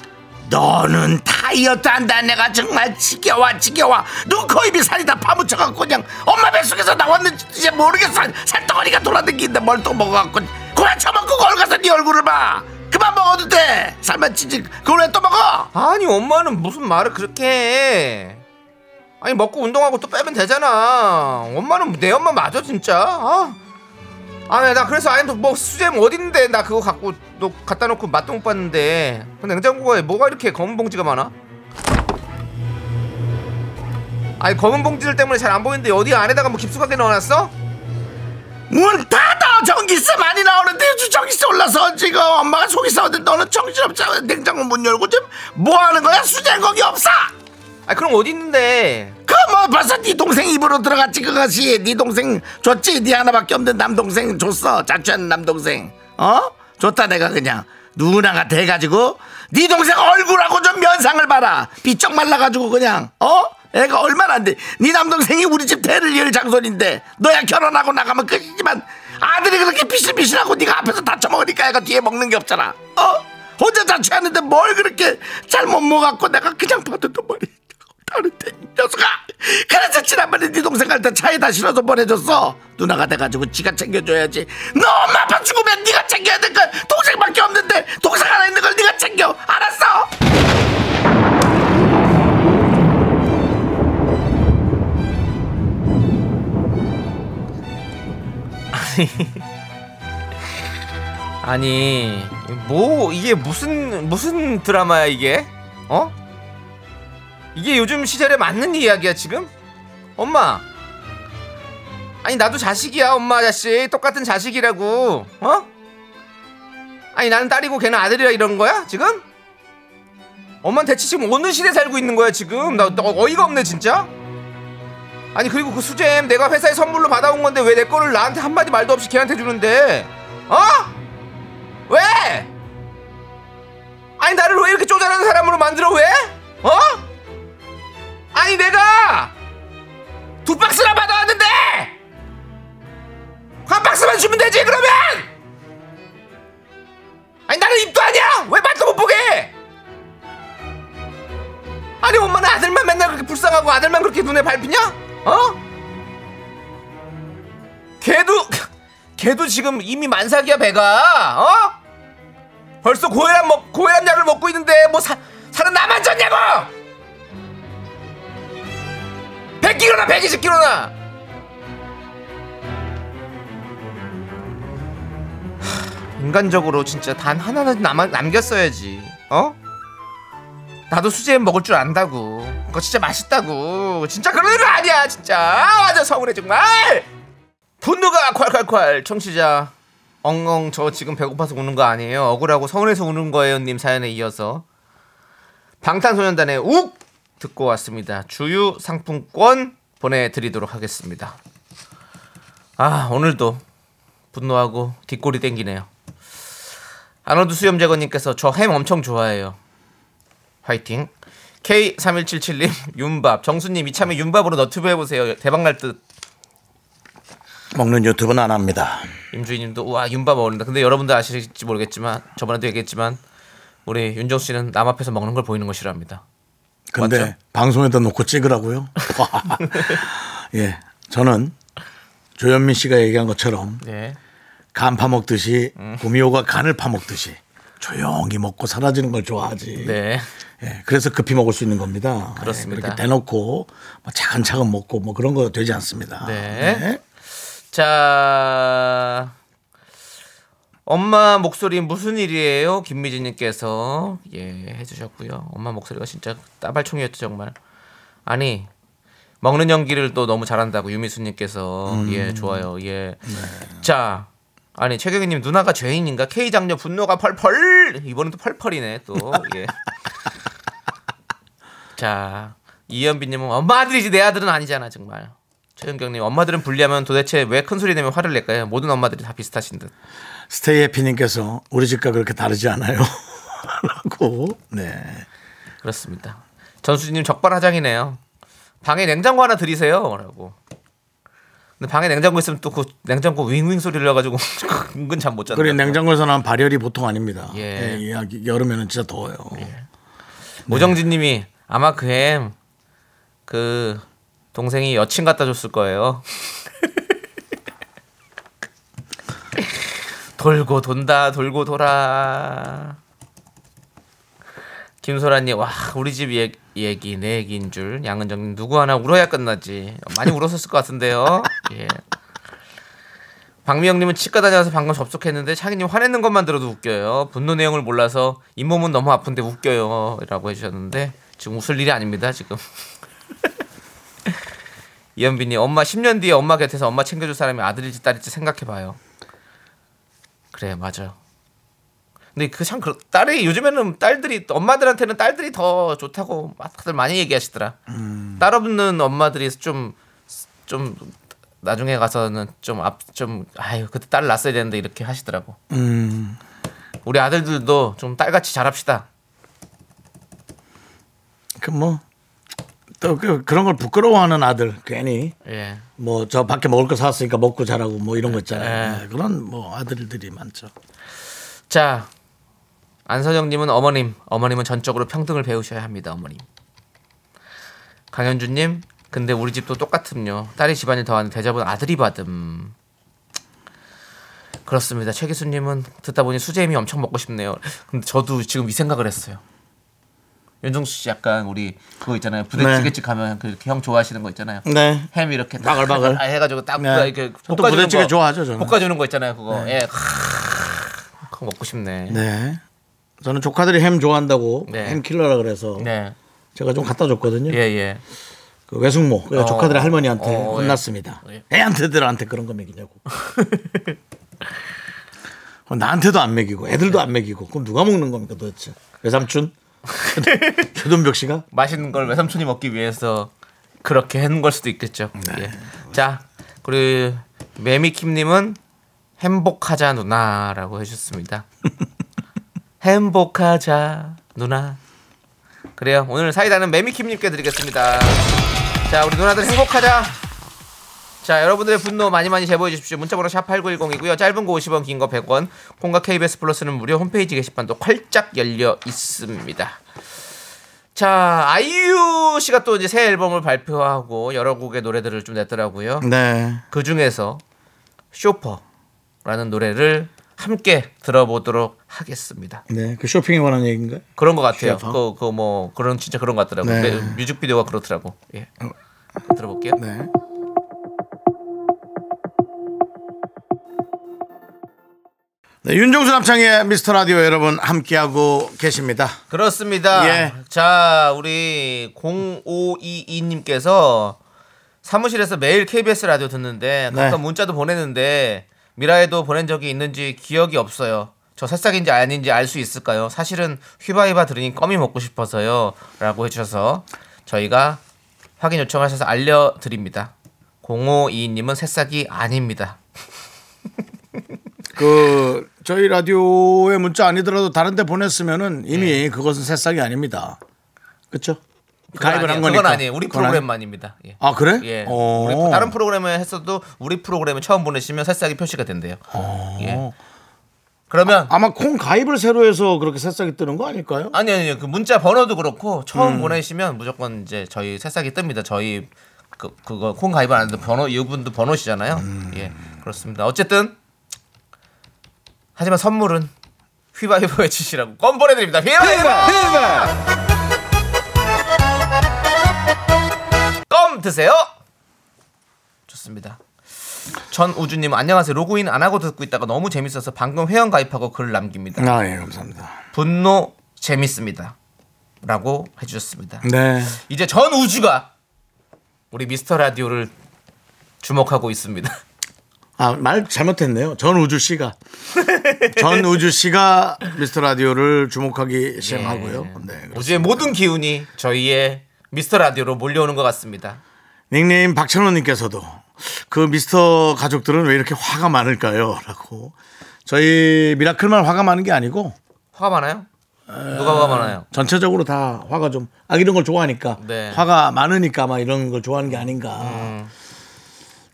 너는 다이어트 한다 내가 정말 지겨워 지겨워 눈 코 입이 살이 다 파묻혀갖고 그냥 엄마 뱃속에서 나왔는지 이제 모르겠어 살덩어리가 돌아다니는데 뭘 또 먹어갖고 그만 처먹고 거울 가서 네 얼굴을 봐 그만 먹어도 돼 살만 찌지 그걸 왜 또 먹어
아니 엄마는 무슨 말을 그렇게 해 아니 먹고 운동하고 또 빼면 되잖아 엄마는 내 엄마 맞아 진짜 아나 그래서 아니 뭐 수제햄 어딘데 나 그거 갖고 너 갖다 놓고 맛도 못 봤는데 그 냉장고에 뭐가 이렇게 검은 봉지가 많아? 아니 검은 봉지들 때문에 잘 안 보이는데 어디 안에다가 뭐 깊숙하게 넣어놨어?
문 닫아 전기세 많이 나오는데 요즘 전기세 올라서 지금 엄마가 속이 싸는데 너는 정신없잖아 냉장고 문 열고 지금 뭐하는 거야 수제는 거기 없어
아 그럼 어디 있는데?
그 뭐 벌써 네 동생 입으로 들어갔지 그것이 네 동생 줬지 네 하나밖에 없는 남동생 줬어 자취하는 남동생 어 좋다 내가 그냥 누나가 돼가지고 네 동생 얼굴하고 좀 면상을 봐라 비쩍 말라가지고 그냥 어 애가 얼마나 안돼네 남동생이 우리 집 대를 열 장손인데 너야 결혼하고 나가면 끝이지만 아들이 그렇게 비실비실하고 네가 앞에서 다쳐먹으니까 애가 뒤에 먹는 게 없잖아 어 혼자 자취하는데 뭘 그렇게 잘못 먹었고 내가 그냥 봐도 눈물이 다른데 이 녀석아 그래서 지난번에 네 동생 갈 때 차에다 실어서 보내줬어 누나가 돼가지고 지가 챙겨줘야지 너 엄마 아빠 죽으면 네가 챙겨야 될 걸 동생밖에 없는데 동생 하나 있는 걸 네가 챙겨 알았어
아니 뭐 이게 무슨 무슨 드라마야 이게? 어? 이게 요즘 시절에 맞는 이야기야 지금? 엄마 아니 나도 자식이야 엄마 자식 똑같은 자식이라고 어? 아니 나는 딸이고 걔는 아들이라 이런 거야 지금? 엄마 대체 지금 어느 시대 살고 있는 거야 지금? 나, 나 어이가 없네 진짜? 아니 그리고 그 수잼 내가 회사에 선물로 받아온 건데 왜 내 거를 나한테 한마디 말도 없이 걔한테 주는데 어? 왜? 아니 나를 왜 이렇게 쪼잔한 사람으로 만들어 왜? 어? 아니 내가 두 박스나 받아왔는데 한 박스만 주면 되지 그러면 아니 나는 입도 아니야 왜 맛도 못 보게 해? 아니 엄마는 아들만 맨날 그렇게 불쌍하고 아들만 그렇게 눈에 밟히냐 어? 걔도 걔도 지금 이미 만삭이야 배가 어? 벌써 고혈압 먹 고혈압 약을 먹고 있는데 뭐 사, 살은 나만 쪘냐고 100kg나 120kg나 인간적으로 진짜 단 하나는 남, 남겼어야지 어? 나도 수제햄 먹을 줄 안다고 그거 진짜 맛있다고 진짜 그런 거 아니야 진짜 아, 완전 서운해 정말 분노가 콸콸콸 청취자 엉엉 저 지금 배고파서 우는 거 아니에요 억울하고 서운해서 우는 거예요 님 사연에 이어서 방탄소년단의 욱 듣고 왔습니다 주유 상품권 보내드리도록 하겠습니다 아 오늘도 분노하고 뒷골이 땡기네요 아노드 수염제거님께서 저 햄 엄청 좋아해요 화이팅 K3177님 윤밥 정수님 이참에 윤밥으로 너튜브 해보세요 대박날 듯
먹는 유튜브는 안 합니다
임주희님도 와 윤밥 먹는다. 근데 여러분들 아실지 모르겠지만 저번에도 얘기했지만 우리 윤정수 씨는 남 앞에서 먹는 걸 보이는 거 싫어합니다.
근데
맞죠?
방송에다 놓고 찍으라고요 예 저는 조현민 씨가 얘기한 것처럼
예.
간 파먹듯이 구미호가 간을 파먹듯이 조용히 먹고 사라지는 걸 좋아하지
네.
예, 그래서 급히 먹을 수 있는 겁니다.
그렇습니다.
예, 그렇게 대놓고 뭐 차근차근 먹고 뭐 그런 거 되지 않습니다.
네. 자. 엄마 목소리 무슨 일이에요? 김미진님께서 예 해주셨고요. 엄마 목소리가 진짜 따발총이었죠 정말. 아니 먹는 연기를 또 너무 잘한다고 유미수님께서 예 좋아요 예. 자 아니 최경희님 누나가 죄인인가? K 장녀 분노가 펄펄 이번엔 또 펄펄이네 또 예. 자 이현빈님은 엄마 아들이지 내 아들은 아니잖아 정말. 최은경님 엄마들은 불리하면 도대체 왜 큰 소리 내면 화를 낼까요? 모든 엄마들이 다 비슷하신 듯.
스테이 해피님께서 우리 집과 그렇게 다르지 않아요. 라고. 네.
그렇습니다. 전수진님 적반하장이네요. 방에 냉장고 하나 들이세요라고. 근데 방에 냉장고 있으면 또 그 냉장고 윙윙 소리를 해가지고 은근 잠 못 잔다.
그리고 냉장고에서 나온 발열이 보통 아닙니다.
예.
예. 여름에는 진짜 더워요.
오정진님이 네. 아마 그햄 그 동생이 여친 갖다 줬을 거예요. 돌고 돈다 돌고 돌아. 김소라님 와 우리 집 얘기, 얘기 내 얘기인 줄 양은정님 누구 하나 울어야 끝나지 많이 울었었을 것 같은데요. 예. 박미영님은 치과 다녀와서 방금 접속했는데 창희님 화내는 것만 들어도 웃겨요. 분노 내용을 몰라서 잇몸은 너무 아픈데 웃겨요라고 해주셨는데 지금 웃을 일이 아닙니다 지금. 이현빈님 엄마 10년 뒤에 엄마 곁에서 엄마 챙겨줄 사람이 아들일지 딸일지 생각해봐요. 그래 맞아. 근데 그참 그, 딸이 요즘에는 딸들이 엄마들한테는 딸들이 더 좋다고 다들 많이 얘기하시더라. 딸 없는 엄마들이 좀 좀 나중에 가서는 좀 앞 좀 아유 그때 딸 낳았어야 되는데 이렇게 하시더라고.
음.
우리 아들들도 좀 딸같이 자랍시다.
그 뭐. 또 그, 그런 걸 부끄러워하는 아들 괜히
예.
뭐 저 밖에 먹을 거 사왔으니까 먹고 자라고 뭐 이런 거 있잖아요.
예.
네, 그런 뭐 아들들이 많죠.
자 안선영님은 어머님, 어머님은 전적으로 평등을 배우셔야 합니다, 어머님. 강현주님, 근데 우리 집도 똑같음요. 딸이 집안일 더하는 대접은 아들이 받음. 그렇습니다. 최기수님은 듣다 보니 수제미 엄청 먹고 싶네요. 근데 저도 지금 이 생각을 했어요. 윤종수 씨 약간 우리 그거 있잖아요. 부대찌개집 가면 그렇게 형 좋아하시는 거 있잖아요.
네.
햄 이렇게 딱
바글바글.
아, 해가지고 딱
네.
이렇게
저도
볶아주는
부대찌개
거.
좋아하죠, 저는.
볶아주는 거 있잖아요 그거 예 크으, 그거 먹고 싶네 네,
네. 저는 조카들이 햄 좋아한다고
네.
햄 킬러라 그래서 제가 좀 갖다 줬거든요.
예, 예.
그 외숙모 그
어.
조카들의 할머니한테
어, 예.
혼났습니다.
예.
애한테들한테 그런 거 먹이냐고. 어, 나한테도 안 먹이고 애들도 안 먹이고 그럼 누가 먹는 겁니까 도대체? 외삼촌? 최돈벽 씨가?
맛있는 걸 외삼촌이 먹기 위해서 그렇게 해놓은 걸 수도 있겠죠
네.
예. 자 우리 매미킴님은 행복하자 누나라고 해주셨습니다 행복하자 누나 그래요 오늘 사이다는 매미킴님께 드리겠습니다 자 우리 누나들 행복하자 자 여러분들의 분노 많이 많이 제보해 주십시오 문자번호 샵 8910이고요 짧은 거 50원 긴 거 100원 콩과 KBS 플러스는 무료 홈페이지 게시판도 활짝 열려 있습니다 자 아이유 씨가 또 이제 새 앨범을 발표하고 여러 곡의 노래들을 좀 냈더라고요
네.
그 중에서 쇼퍼라는 노래를 함께 들어보도록 하겠습니다.
네. 그 쇼핑에 관한 얘기인가요?
그런 것 같아요.
쇼퍼?
그 그 뭐 그런 진짜 그런 것 같더라고요.
네. 어.
근데 뮤직비디오가 그렇더라고. 예. 들어볼게요.
네. 네, 윤종수 남창의 미스터 라디오 여러분 함께하고 계십니다.
그렇습니다.
예.
자, 우리 0522님께서 사무실에서 매일 KBS 라디오 듣는데 가끔
네.
문자도 보내는데 미라에도 보낸 적이 있는지 기억이 없어요. 저 새싹인지 아닌지 알 수 있을까요? 사실은 휘바휘바 들으니 껌이 먹고 싶어서요. 라고 해주셔서 저희가 확인 요청하셔서 알려드립니다. 0522님은 새싹이 아닙니다.
그 저희 라디오에 문자 아니더라도 다른 데 보냈으면은 이미 그것은 새싹이 아닙니다. 그렇죠?
네. 그건
가입을
아니에요.
한 거니까.
그건 아니에요. 우리
그건 아니-
프로그램만입니다. 예.
아, 그래?
예.
어.
우리 다른 프로그램에 했어도 우리 프로그램에 처음 보내시면 새싹이 표시가 된대요.
어.
예. 그러면
아마 콩 가입을 새로 해서 그렇게 새싹이 뜨는 거 아닐까요?
아, 니 아니요 그 문자 번호도 그렇고 처음 보내시면 무조건 이제 저희 새싹이 뜹니다. 저희 그 그거 콩 가입 안 하는데 번호 이분도 번호시잖아요. 예 그렇습니다. 어쨌든 하지만 선물은 휘바휘보 해주시라고 껌 보내드립니다. 휘바휘보 껌 드세요. 좋습니다. 전 우주님 안녕하세요. 로그인 안 하고 듣고 있다가 너무 재밌어서 방금 회원 가입하고 글 남깁니다.
아, 예, 감사합니다.
분노 재밌습니다. 라고 해주셨습니다.
네.
이제 전 우주가 우리 미스터 라디오를 주목하고 있습니다.
아, 말 잘못했네요. 전 우주 씨가. 전 우주 씨가 미스터 라디오를 주목하기 시작하고요. 네.
우주의 모든 기운이 저희의 미스터 라디오로 몰려오는 것 같습니다.
닉네임 박찬호님께서도 그 미스터 가족들은 왜 이렇게 화가 많을까요? 라고 저희 미라클만 화가 많은 게 아니고
화가 많아요? 누가 화가 많아요?
전체적으로 다 화가 좀 아, 이런 걸 좋아하니까
네. 음.
화가 많으니까 막 이런 걸 좋아하는 게 아닌가.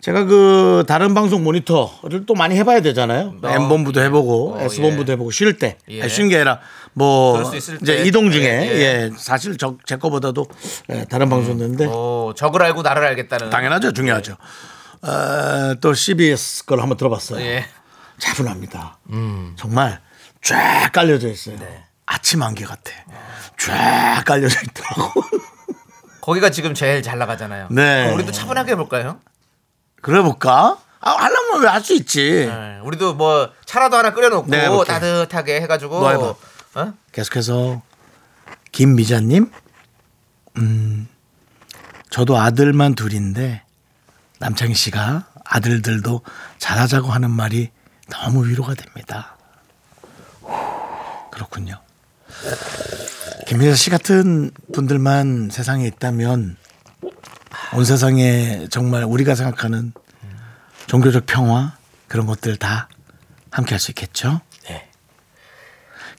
제가 그 다른 방송 모니터를 또 많이 해봐야 되잖아요.
어.
M 본부도 해보고
어,
S 본부도
예.
해보고 쉴 때,
예.
아니, 쉰게 아니라 뭐
그럴 수 있을
이제
때.
이동 중에
예,
예,
예.
사실 저, 제 거보다도 예, 다른 방송인데
오, 적을 알고 나를 알겠다는.
당연하죠, 중요하죠. 어, 또 CBS 걸 한번 들어봤어요.
예.
차분합니다. 정말 쫙 깔려져 있어요. 아침 안개 같아. 쫙 깔려져 있더라고.
거기가 지금 제일 잘 나가잖아요.
네.
그럼 우리도 차분하게 해볼까요?
그래 볼까? 아, 하려면 왜 할 수 있지.
네, 우리도 뭐 차라도 하나 끓여놓고
네, 오케이.
따뜻하게 해가지고
너 해봐.
어?
계속해서 김미자님, 음, 저도 아들만 둘인데 남창희 씨가 아들들도 잘하자고 하는 말이 너무 위로가 됩니다. 그렇군요. 김미자 씨 같은 분들만 세상에 있다면 온 세상에 정말 우리가 생각하는 종교적 평화 그런 것들 다 함께 할 수 있겠죠?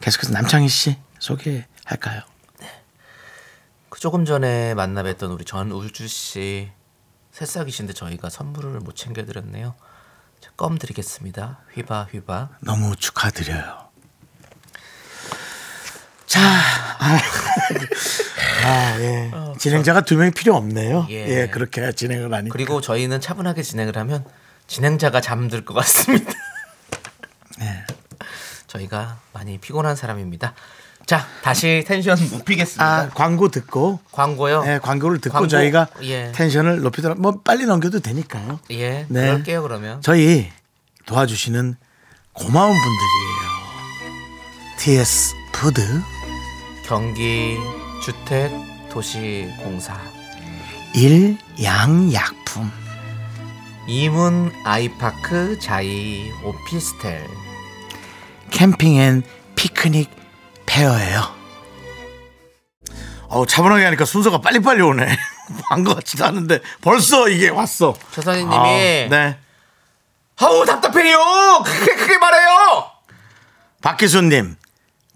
계속해서 남창희 씨 소개할까요?
그 조금 전에 만나 뵀던 우리 전 우주 씨 새싹이신데 저희가 선물을 못 챙겨드렸네요. 자, 껌 드리겠습니다. 휘바 휘바.
너무 축하드려요. 자, 아, 아, 예. 진행자가 두 명이 필요 없네요. 예,
예.
그렇게 진행을 하니. 그리고
그리고 저희는 차분하게 진행을 하면 진행자가 잠들 것 같습니다.
네.
저희가 많이 피곤한 사람입니다. 자 다시 텐션 높이겠습니다.
아, 광고 듣고,
광고요.
예, 광고를 듣고
광고,
저희가
예.
텐션을 높이더라. 뭐 빨리 넘겨도 되니까요.
예,
네.
그럴게요 그러면.
저희 도와주시는 고마운 분들이에요. TS 푸드,
경기 주택 도시 공사
일양약품,
이문 아이파크 자이 오피스텔
캠핑앤 피크닉 페어예요. 어우 차분하게 하니까 순서가 빨리빨리 오네. 한것 같지도 않은데 벌써 이게 왔어.
최선희님이
아, 네.
아우 답답해요 크게 크게 말해요
박기수님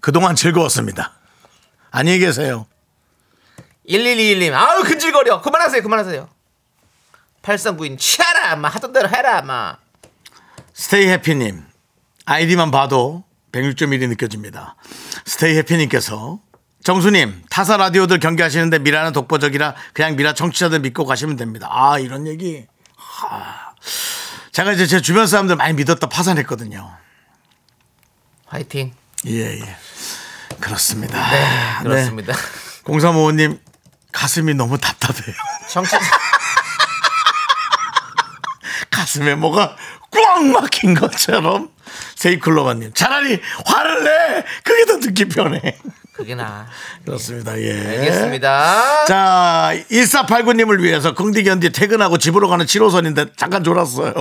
그동안 즐거웠습니다. 안녕히 계세요.
1121님 아우 근질거려 그만하세요 그만하세요 8392님 치아라 마 하던 대로 해라 마
스테이 해피님 아이디만 봐도 106.1이 느껴집니다. 스테이 해피님께서 정수님 타사 라디오들 경기하시는데 미라는 독보적이라 그냥 미라 청취자들 믿고 가시면 됩니다. 아 이런 얘기. 하. 제가 이제 제 주변 사람들 많이 믿었다 파산했거든요.
화이팅
예 예. 그렇습니다.
네,
네.
그렇습니다
공사모호님 가슴이 너무 답답해요.
정치
가슴에 뭐가 꽉 막힌 것처럼 세이클로바님 차라리 화를 내 그게 더 듣기 편해.
그게 나
그렇습니다. 예.
알겠습니다
자, 1489님을 위해서 긍디견디 퇴근하고 집으로 가는 7호선인데 잠깐 졸았어요.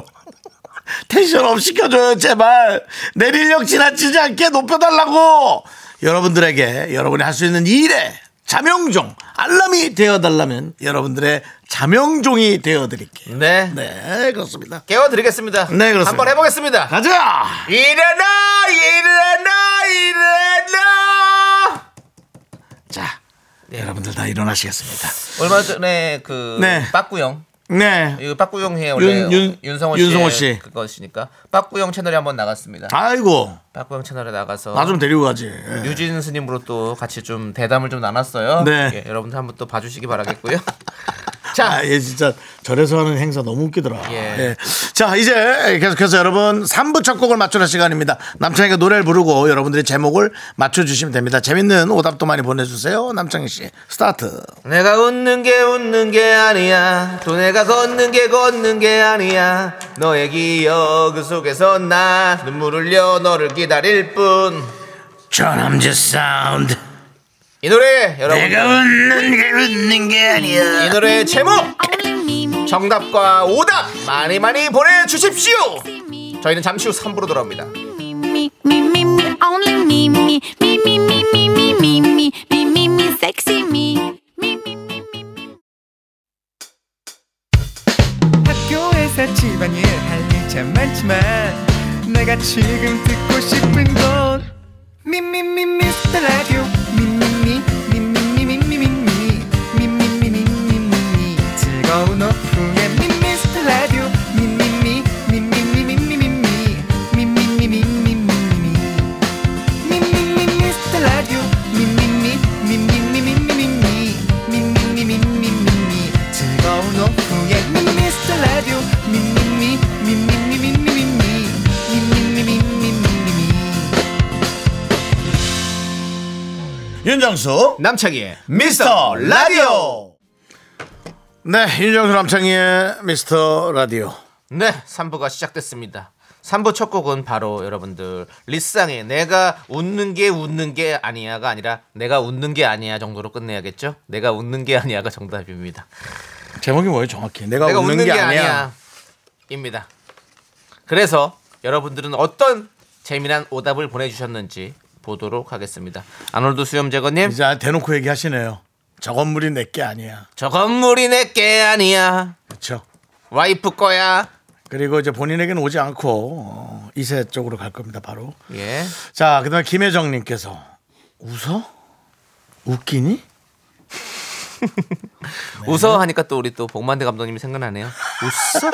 텐션업 시켜줘요, 제발. 내릴력 지나치지 않게 높여달라고! 여러분들에게 여러분이 할 수 있는 일에 자명종, 알람이 되어달라면 여러분들의 자명종이 되어드릴게요.
네
네, 그렇습니다.
깨워드리겠습니다
네, 그렇습니다. 아.
한번 해보겠습니다
가자!
일어나 일어나 일어나
자, 여러분들 다 일어나시겠습니다.
얼마 전에 그
네.
빠꾸형
네.
이거 빠꾸형 해 원래
윤- 윤-
윤, 성호
윤성호
씨
씨.
그것이니까 빠꾸형 채널에 한번 나갔습니다.
아이고,
빠꾸형 채널에 나가서
나 좀 데리고 가지. 예.
유진 스님으로 또 같이 좀 대담을 좀 나눴어요.
네.
예, 여러분들 한번 또 봐주시기 바라겠고요. 자,
아, 예, 진짜 절에서 하는 행사 너무 웃기더라.
예.
예. 자, 이제 계속해서 여러분 3부 첫 곡을 맞추는 시간입니다. 남창희가 노래를 부르고 여러분들이 제목을 맞춰주시면 됩니다. 재밌는 오답도 많이 보내주세요. 남창희 씨, 스타트.
내가 웃는 게 웃는 게 아니야. 또 내가 걷는 게 걷는 게 아니야. 너의 기억 그 속에서 나 눈물 흘려 너를 기다릴 뿐.
전함즈 사운드.
이 노래 여러분
내가 웃는 게 웃는 게
이
아니야.
노래의 제목 정답과 오답 많이 많이 보내주십시오. 저희는 잠시 후 3부로 돌아옵니다.
me, me, me, me, only me, me, me, me, me, me, me, me, me, me, me, sexy me. Me, me, me, me, me.
회사 집안일 할 일 참 많지만 내가 지금 듣고 싶은 건 미미미 미스터 라디오 미미미 미미미 미미미 미미미 미미미 즐거운 오후에 미미스터 라디오 미미미 미미미 미미미 미미미 미미미
윤정수
남창희의 미스터 라디오
네 윤정수 남창희의 미스터 라디오
네 3부가 시작됐습니다 3부 첫 곡은 바로 여러분들 리쌍의 내가 웃는 게 웃는 게 아니야가 아니라 내가 웃는 게 아니야 정도로 끝내야겠죠 내가 웃는 게 아니야가 정답입니다
제목이 뭐예요 정확히 내가,
내가
웃는, 게, 아니야.
입니다 그래서 여러분들은 어떤 재미난 오답을 보내주셨는지 보도록 하겠습니다 아놀드 수염제거님
이제 대놓고 얘기하시네요 저 건물이 내게 아니야
저 건물이 내게 아니야
그렇죠
와이프 거야
그리고 이제 본인에게는 오지 않고 어, 이세 쪽으로 갈 겁니다 바로
예
자 그다음 에 김혜정님께서 웃어 웃기니 네.
웃어 하니까 또 우리 또 복만대 감독님이 생각나네요. 웃어?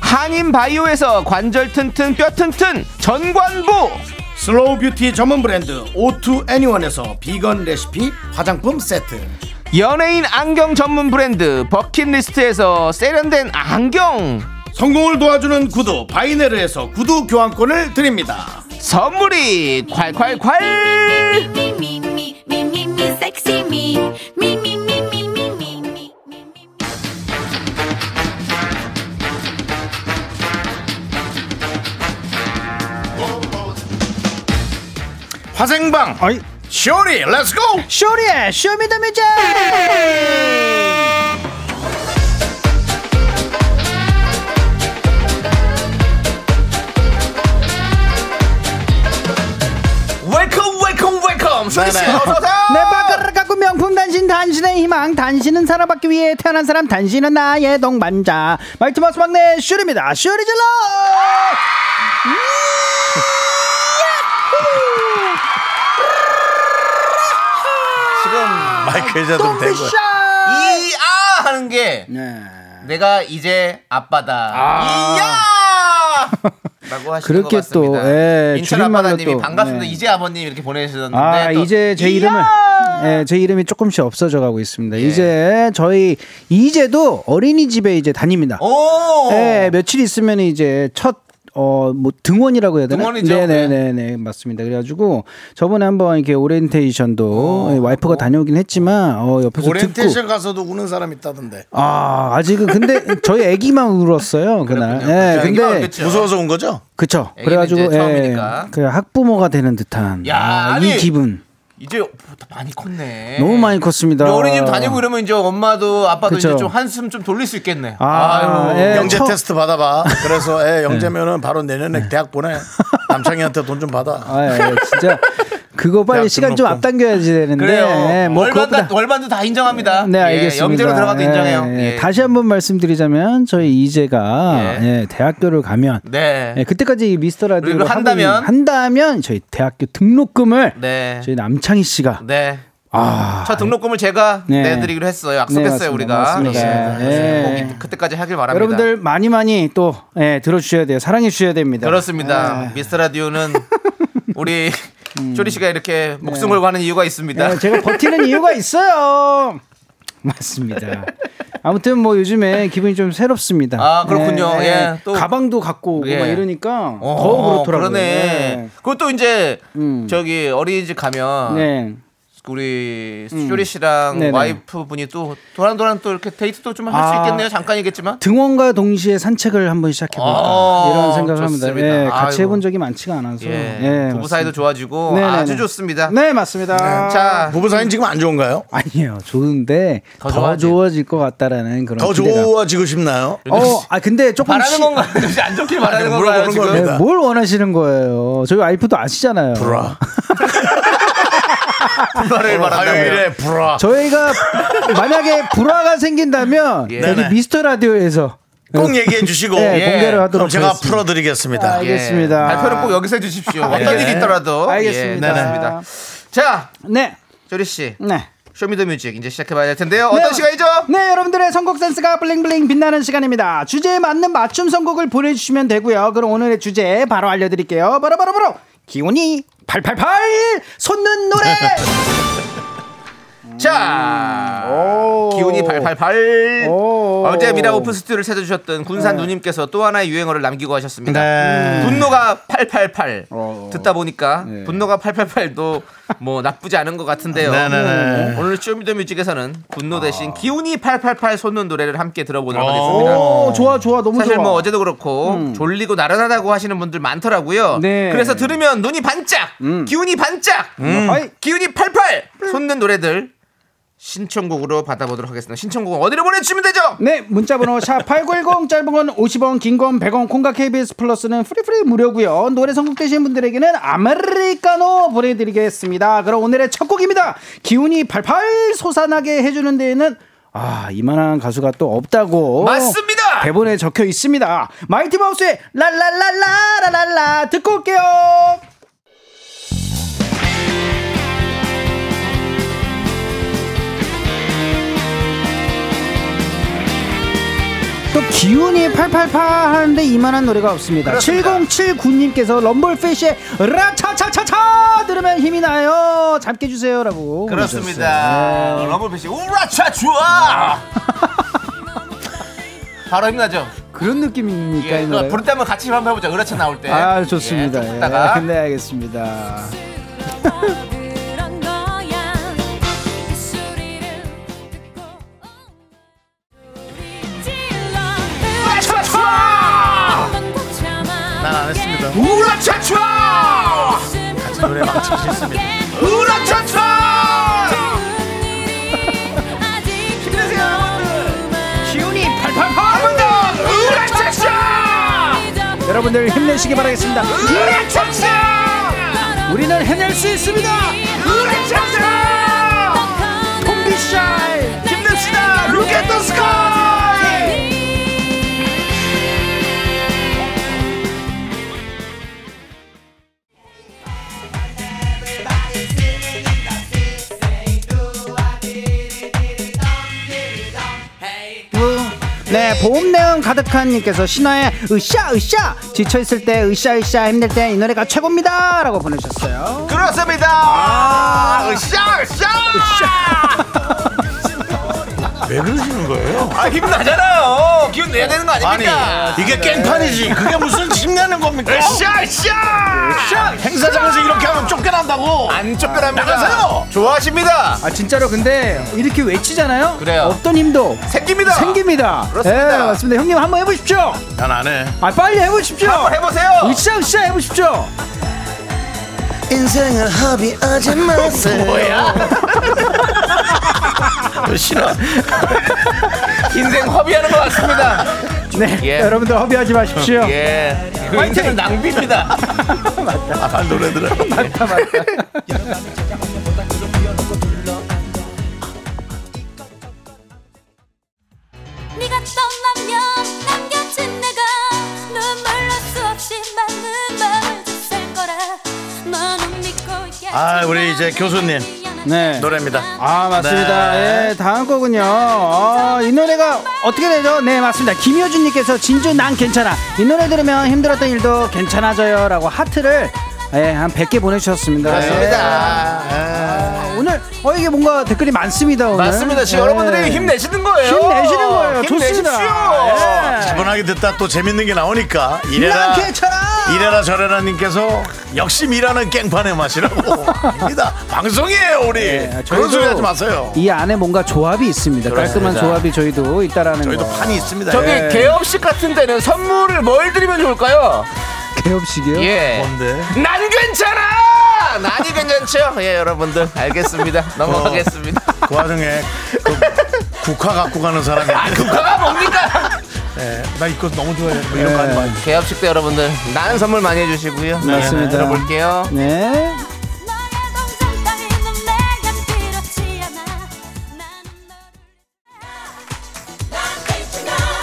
한인 바이오에서 관절 튼튼 뼈 튼튼 전관부
슬로우 뷰티 전문 브랜드 오투 애니원에서 비건 레시피 화장품 세트
연예인 안경 전문 브랜드 버킷리스트에서 세련된 안경
성공을 도와주는 구두 바이네르에서 구두 교환권을 드립니다
선물이 콸콸콸
me, me, me, me, me, sexy me. Me, me, me, me, me, me, me, me, me.
화생방 쇼리 렛츠고
쇼리의 쇼미더뮤직
웰컴 웰컴 웰컴
네,
쇼리씨 어서오세요
내 밥그릇 갖고 명품 단신 단신의 희망 단신은 살아받기 위해 태어난 사람 단신은 나의 동반자 말투마스 막내 슈리입니다 슈리 질러
지금
마이크
아,
자동 되고
이아 하는 게
네.
내가 이제 아빠다 이야 라고 하시는
그렇게
것 같습니다
또, 예,
인천
줄임말로
아빠님이
또,
반갑습니다
네.
이제 아버님 이렇게 보내주셨는데
아
네, 또
이제 제 이름을 예, 제 이름이 조금씩 없어져 가고 있습니다 이제 저희 이제도 어린이집에 이제 다닙니다
오
예, 며칠 있으면 이제 첫 어, 뭐, 등원이라고 해야 되나?
등원이죠.
네네네네, 맞습니다. 그래가지고, 저번에 한번 이렇게 오리엔테이션도
어.
예, 와이프가 다녀오긴 했지만, 어, 옆에서 듣고.
오리엔테이션 가서도 우는 사람 있다던데
아, 아직은 근데 저희 애기만 울었어요, 그날. 예,
애기만
근데.
그렇죠. 울겠죠.
네. 무서워서 운 거죠?
그쵸.
애기는
그래가지고,
이제
예,
처음이니까.
그 학부모가 되는 듯한.
야,
아, 이
아니.
기분.
이제 더 많이 컸네
너무 많이 컸습니다.
우리 어린이집 다니고 이러면 이제 엄마도 아빠도 이제
그쵸.
좀 한숨 좀 돌릴 수 있겠네
아,
아이고.
예,
영재
처-
테스트 받아봐. 그래서 애 영재면은 바로 내년에 대학 보내. 남창희한테 돈 좀 받아.
아, 예, 진짜. 그거
대학
빨리 시간 좀
등록금.
앞당겨야지 되는데.
그래요
예, 뭐
월반도
그것보다-
월반도 다 인정합니다
네,
예,
알겠습니다.
영재로 들어가도
예,
인정해요
예.
예.
다시 한번 말씀드리자면 저희 이재가
예.
예, 대학교를 가면
네
예, 그때까지 이 미스터 라디오를
그리고 한다면?
하고 있- 한다면 저희 대학교 등록금을
네.
저희 남창희 씨가
네.
아,
첫 등록금을 제가
네.
내드리기로 했어요.
네,
약속했어요
맞습니다.
우리가.
맞습니다.
예.
예.
꼭 이- 그때까지 하길 바랍니다.
여러분들 많이 많이 또 예, 들어주셔야 돼요. 사랑해 주셔야 됩니다.
그렇습니다.
네.
미스터 라디오는 우리 쇼리 씨가 이렇게 목숨 걸고 하는 이유가 있습니다.
예, 음. 네. 제가 버티는 이유가 있어요. 맞습니다. 아무튼 뭐 요즘에 기분이 좀 새롭습니다.
아, 그렇군요. 예, 또-
가방도 갖고 오고
예.
막 이러니까
어,
더 그렇더라고요.
그러네.
예.
그것도 이제
음.
저기 어린이집 가면
네. 음.
우리 쇼리 씨랑
네네.
와이프 분이 또 도란도란 또 이렇게 데이트도 좀 할 수
아.
있겠네요. 잠깐이겠지만.
등원과 동시에 산책을 한번 시작해볼까
아,
이런 생각을 합니다.
좋습니다.
예, 같이
아이고.
해본 적이 많지가 않아서
예.
예,
부부 사이도
맞습니다.
좋아지고
네네네.
아주 좋습니다.
네 아, 뭐 맞습니다.
자,
아, 부부 사이는 지금 안 좋은가요?
아니에요 좋은데
더
더,
좋아지.
좋아질 것 같다라는 그런
더
기대감.
좋아지고 싶나요?
어, 아 근데 조금
바라는
시-
건가? 안 좋게 바라는
아니,
건가요?
물어보는
지금?
겁니다.
네, 뭘 원하시는 거예요? 저희 와이프도 아시잖아요.
불화.
어, 불화를 바란다고요.
어,
예.
화요일에 불화.
저희가 만약에 불화가 생긴다면
예.
여기
네네.
미스터 라디오에서
꼭 얘기해 주시고
네,
예.
그 공개를
그럼
하도록
제가
하겠습니다.
풀어드리겠습니다.
아,
예. 알겠습니다. 아,
발표는 꼭 여기서 해주십시오. 어떤
예.
일이 있더라도.
알겠습니다.
예, 그렇습니다. 자,
네,
조리 씨,
네.
쇼미더뮤직 이제 시작해봐야 될 텐데요. 어떤
네.
시간이죠?
네, 여러분들의 선곡 센스가 블링블링 빛나는 시간입니다. 주제에 맞는 맞춤 선곡을 보내주시면 되고요. 그럼 오늘의 주제 바로 알려드릴게요. 바로 바로 바로 기온이 888 솟는 노래.
자,
음. 오.
기운이 발발발.
오.
어제 미라 오픈 스튜디오를 찾아주셨던 군산 누님께서 또 하나의 유행어를 남기고 하셨습니다. 음.
네.
분노가 888.
어.
듣다 보니까 분노가 888도 뭐 나쁘지 않은 것 같은데요.
네네네.
오늘 쇼미더뮤직에서는 분노 대신 기운이 888 솟는 노래를 함께 들어보도록 하겠습니다.
아. 오, 좋아 좋아 너무
사실
좋아.
뭐 어제도 그렇고 졸리고 나른하다고 하시는 분들 많더라고요.
네.
그래서 들으면 눈이 반짝, 기운이 반짝,
아이,
기운이 팔팔 솟는 노래들 신청곡으로 받아보도록 하겠습니다. 신청곡은 어디로 보내주시면 되죠?
네, 문자번호 샵8910 짧은 건 50원, 긴 건 100원, 콩과 KBS 플러스는 프리프리 무료고요. 노래 선곡되신 분들에게는 아메리카노 보내드리겠습니다. 그럼 오늘의 첫 곡입니다. 기운이 팔팔 솟아나게 해주는 데에는 아 이만한 가수가 또 없다고
맞습니다!
대본에 적혀 있습니다. 마이티 마우스의 랄랄랄라라랄라 듣고 올게요. 또 기운이 팔팔팔 하는데 이만한 노래가 없습니다.
그렇습니다.
7079님께서 럼블피쉬의 라차차차차 들으면 힘이 나요. 잡게 주세요라고.
그렇습니다. 어, 러블피시 우라차추아. 바로 힘나죠?
그런 느낌입니까
예,
네, 이 노래?
부를 때 한번 같이 한번 해보자. 으라차 나올 때.
아 좋습니다.
예, 좀
예,
듣다가.
네 알겠습니다.
그런 거야 그 소리를 듣고 소리 질러
우라차추아!
한번꼭 참아
난 안 했습니다.
예. 우라차추아!
같이 노래 맞추셨습니다
우라차추아!
힘내세요
기운이 팔팔팔.
우라차차!
음,
음,
여러분들 힘내시기 바라겠습니다.
우라차차!
우리는 해낼 수 있습니다.
음, 우라차차!
콤비샤이.
힘냅시다! 루게토 스카이!
네, 보험 내음 가득한 님께서 신화의 으쌰 으쌰 지쳐 있을 때 으쌰 으쌰 힘들 때 이 노래가 최고입니다라고 보내셨어요.
그렇습니다! 아, 으쌰, 으쌰!
왜 그러시는 거예요?
아, 힘나잖아요! 어, 기운 내야 되는 거
아니
아닙니까? 예,
이게 깽판이지. 그게 무슨 신나는 겁니까? 예,
으쌰, 으쌰!
행사장에서 이렇게 하면 쫓겨난다고.
안 쫓겨납니다.
나가세요!
좋아하십니다.
아 진짜로 근데 이렇게 외치잖아요.
그래요.
없던 힘도
생깁니다.
생깁니다.
그렇습니다.
예, 맞습니다. 형님 한번 해보십시오.
난 안 해.
아 빨리 해보십시오.
한번 해보세요.
으쌰 으쌰 해보십시오.
인생을 허비하지 마세요. 네. 뭐야? 싫어.
인생 허비하는 것 같습니다.
네,
예.
여러분들 허비하지 마십시오.
예. 그 인생은 낭비입니다.
네.
아, 노래 들어.
네가 떠나면 남겨진 내가 눈물로 수없이 많은 마음을 줬을 거라 너는 믿고 있겠지
아, 우리 이제 교수님.
네.
노래입니다.
아 맞습니다.
네.
예, 다음 곡은요. 어, 이 노래가 어떻게 되죠? 네 맞습니다. 김효준님께서 진주 난 괜찮아 이 노래 들으면 힘들었던 일도 괜찮아져요라고 하트를 예, 한 100개 보내주셨습니다.
네.
맞습니다.
예. 오늘 어 이게 뭔가 댓글이 많습니다. 오늘.
맞습니다. 지금
예.
여러분들이 힘내시는 거예요.
힘내시는 거예요.
힘내십시오.
좋습니다. 예.
네. 차분하게 듣다 또 재밌는 게 나오니까 이래라
난 괜찮아.
이래라 저래라 님께서 역시 일하는 깽판의 맛이라고 아닙니다. 방송이에요 우리.
예,
그런
저희도
소리 하지 마세요.
이 안에 뭔가 조합이 있습니다. 깔끔한 조합이 저희도 있다라는
저희도
거.
판이 있습니다.
저기
네.
예.
개업식 같은 데는 선물을 뭘 드리면 좋을까요?
개업식이요?
예.
뭔데?
난 괜찮아. 난이 괜찮죠? 예, 여러분들 알겠습니다.
어.
넘어가겠습니다.
그 와중에 그 국화 갖고 가는 사람이
누가 아, 뭡니까?
예, 나 이거 너무 좋아해. 뭐 이런 거 하지 마.
개업식 때 여러분들 나는 선물 많이 해주시고요. 예,
맞습니다.
들어볼게요.
네.
너의 동정 따위는 내겐 필요치 않아 나는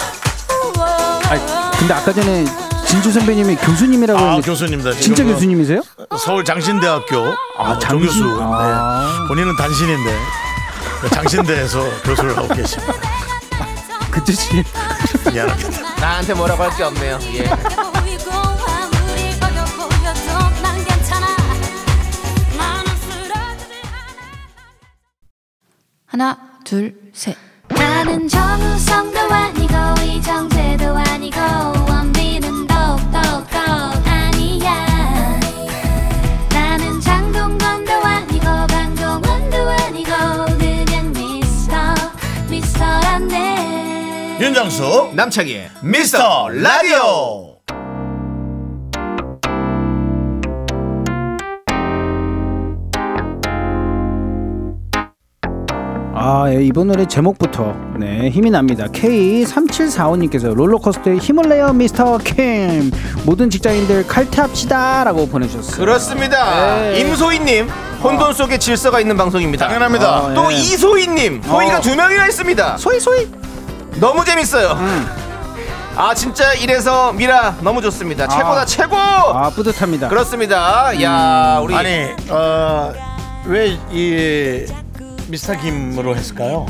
너를 위해
아, 근데 아까 전에 진주 선배님이 교수님이라고
아
했는데
교수님입니다. 지금
진짜
뭐
교수님이세요?
서울 장신대학교 아,
장신.
교수.
아.
네. 본인은 단신인데 장신대에서 교수를 하고 계십니다.
그 뜻이
미안합니다.
나한테 뭐라고 할 게 없네요. 예.
보이고 아무리 어려 보여도 난 괜찮아 나는 쓰러지지 않아
하나, 둘, 셋.
나는 정우성도 아니고 이정재도 아니고 원빈은 더욱더 아니야 나는 장동건도 아니고 강동원도 아니고 그냥 미스터 미스터란데
윤정수
남창희의
미스터 라디오.
아, 예, 이번 노래 제목부터 네, 힘이 납니다. K3745님께서 롤러코스터에 힘을 내요, 미스터 킴. 모든 직장인들 칼퇴합시다. 라고 보내주셨어요.
그렇습니다.
네.
임소희님 혼돈 속에 질서가 있는 방송입니다.
당연합니다.
아, 예.
또 이소희님 소희가
어.
두 명이나 있습니다.
소이, 소이.
너무 재밌어요. 아 진짜 이래서 미라 너무 좋습니다. 최고다 최고.
아, 뿌듯합니다.
그렇습니다.
음.
야 우리
아니 어, 왜 이 미스터 김으로 했을까요?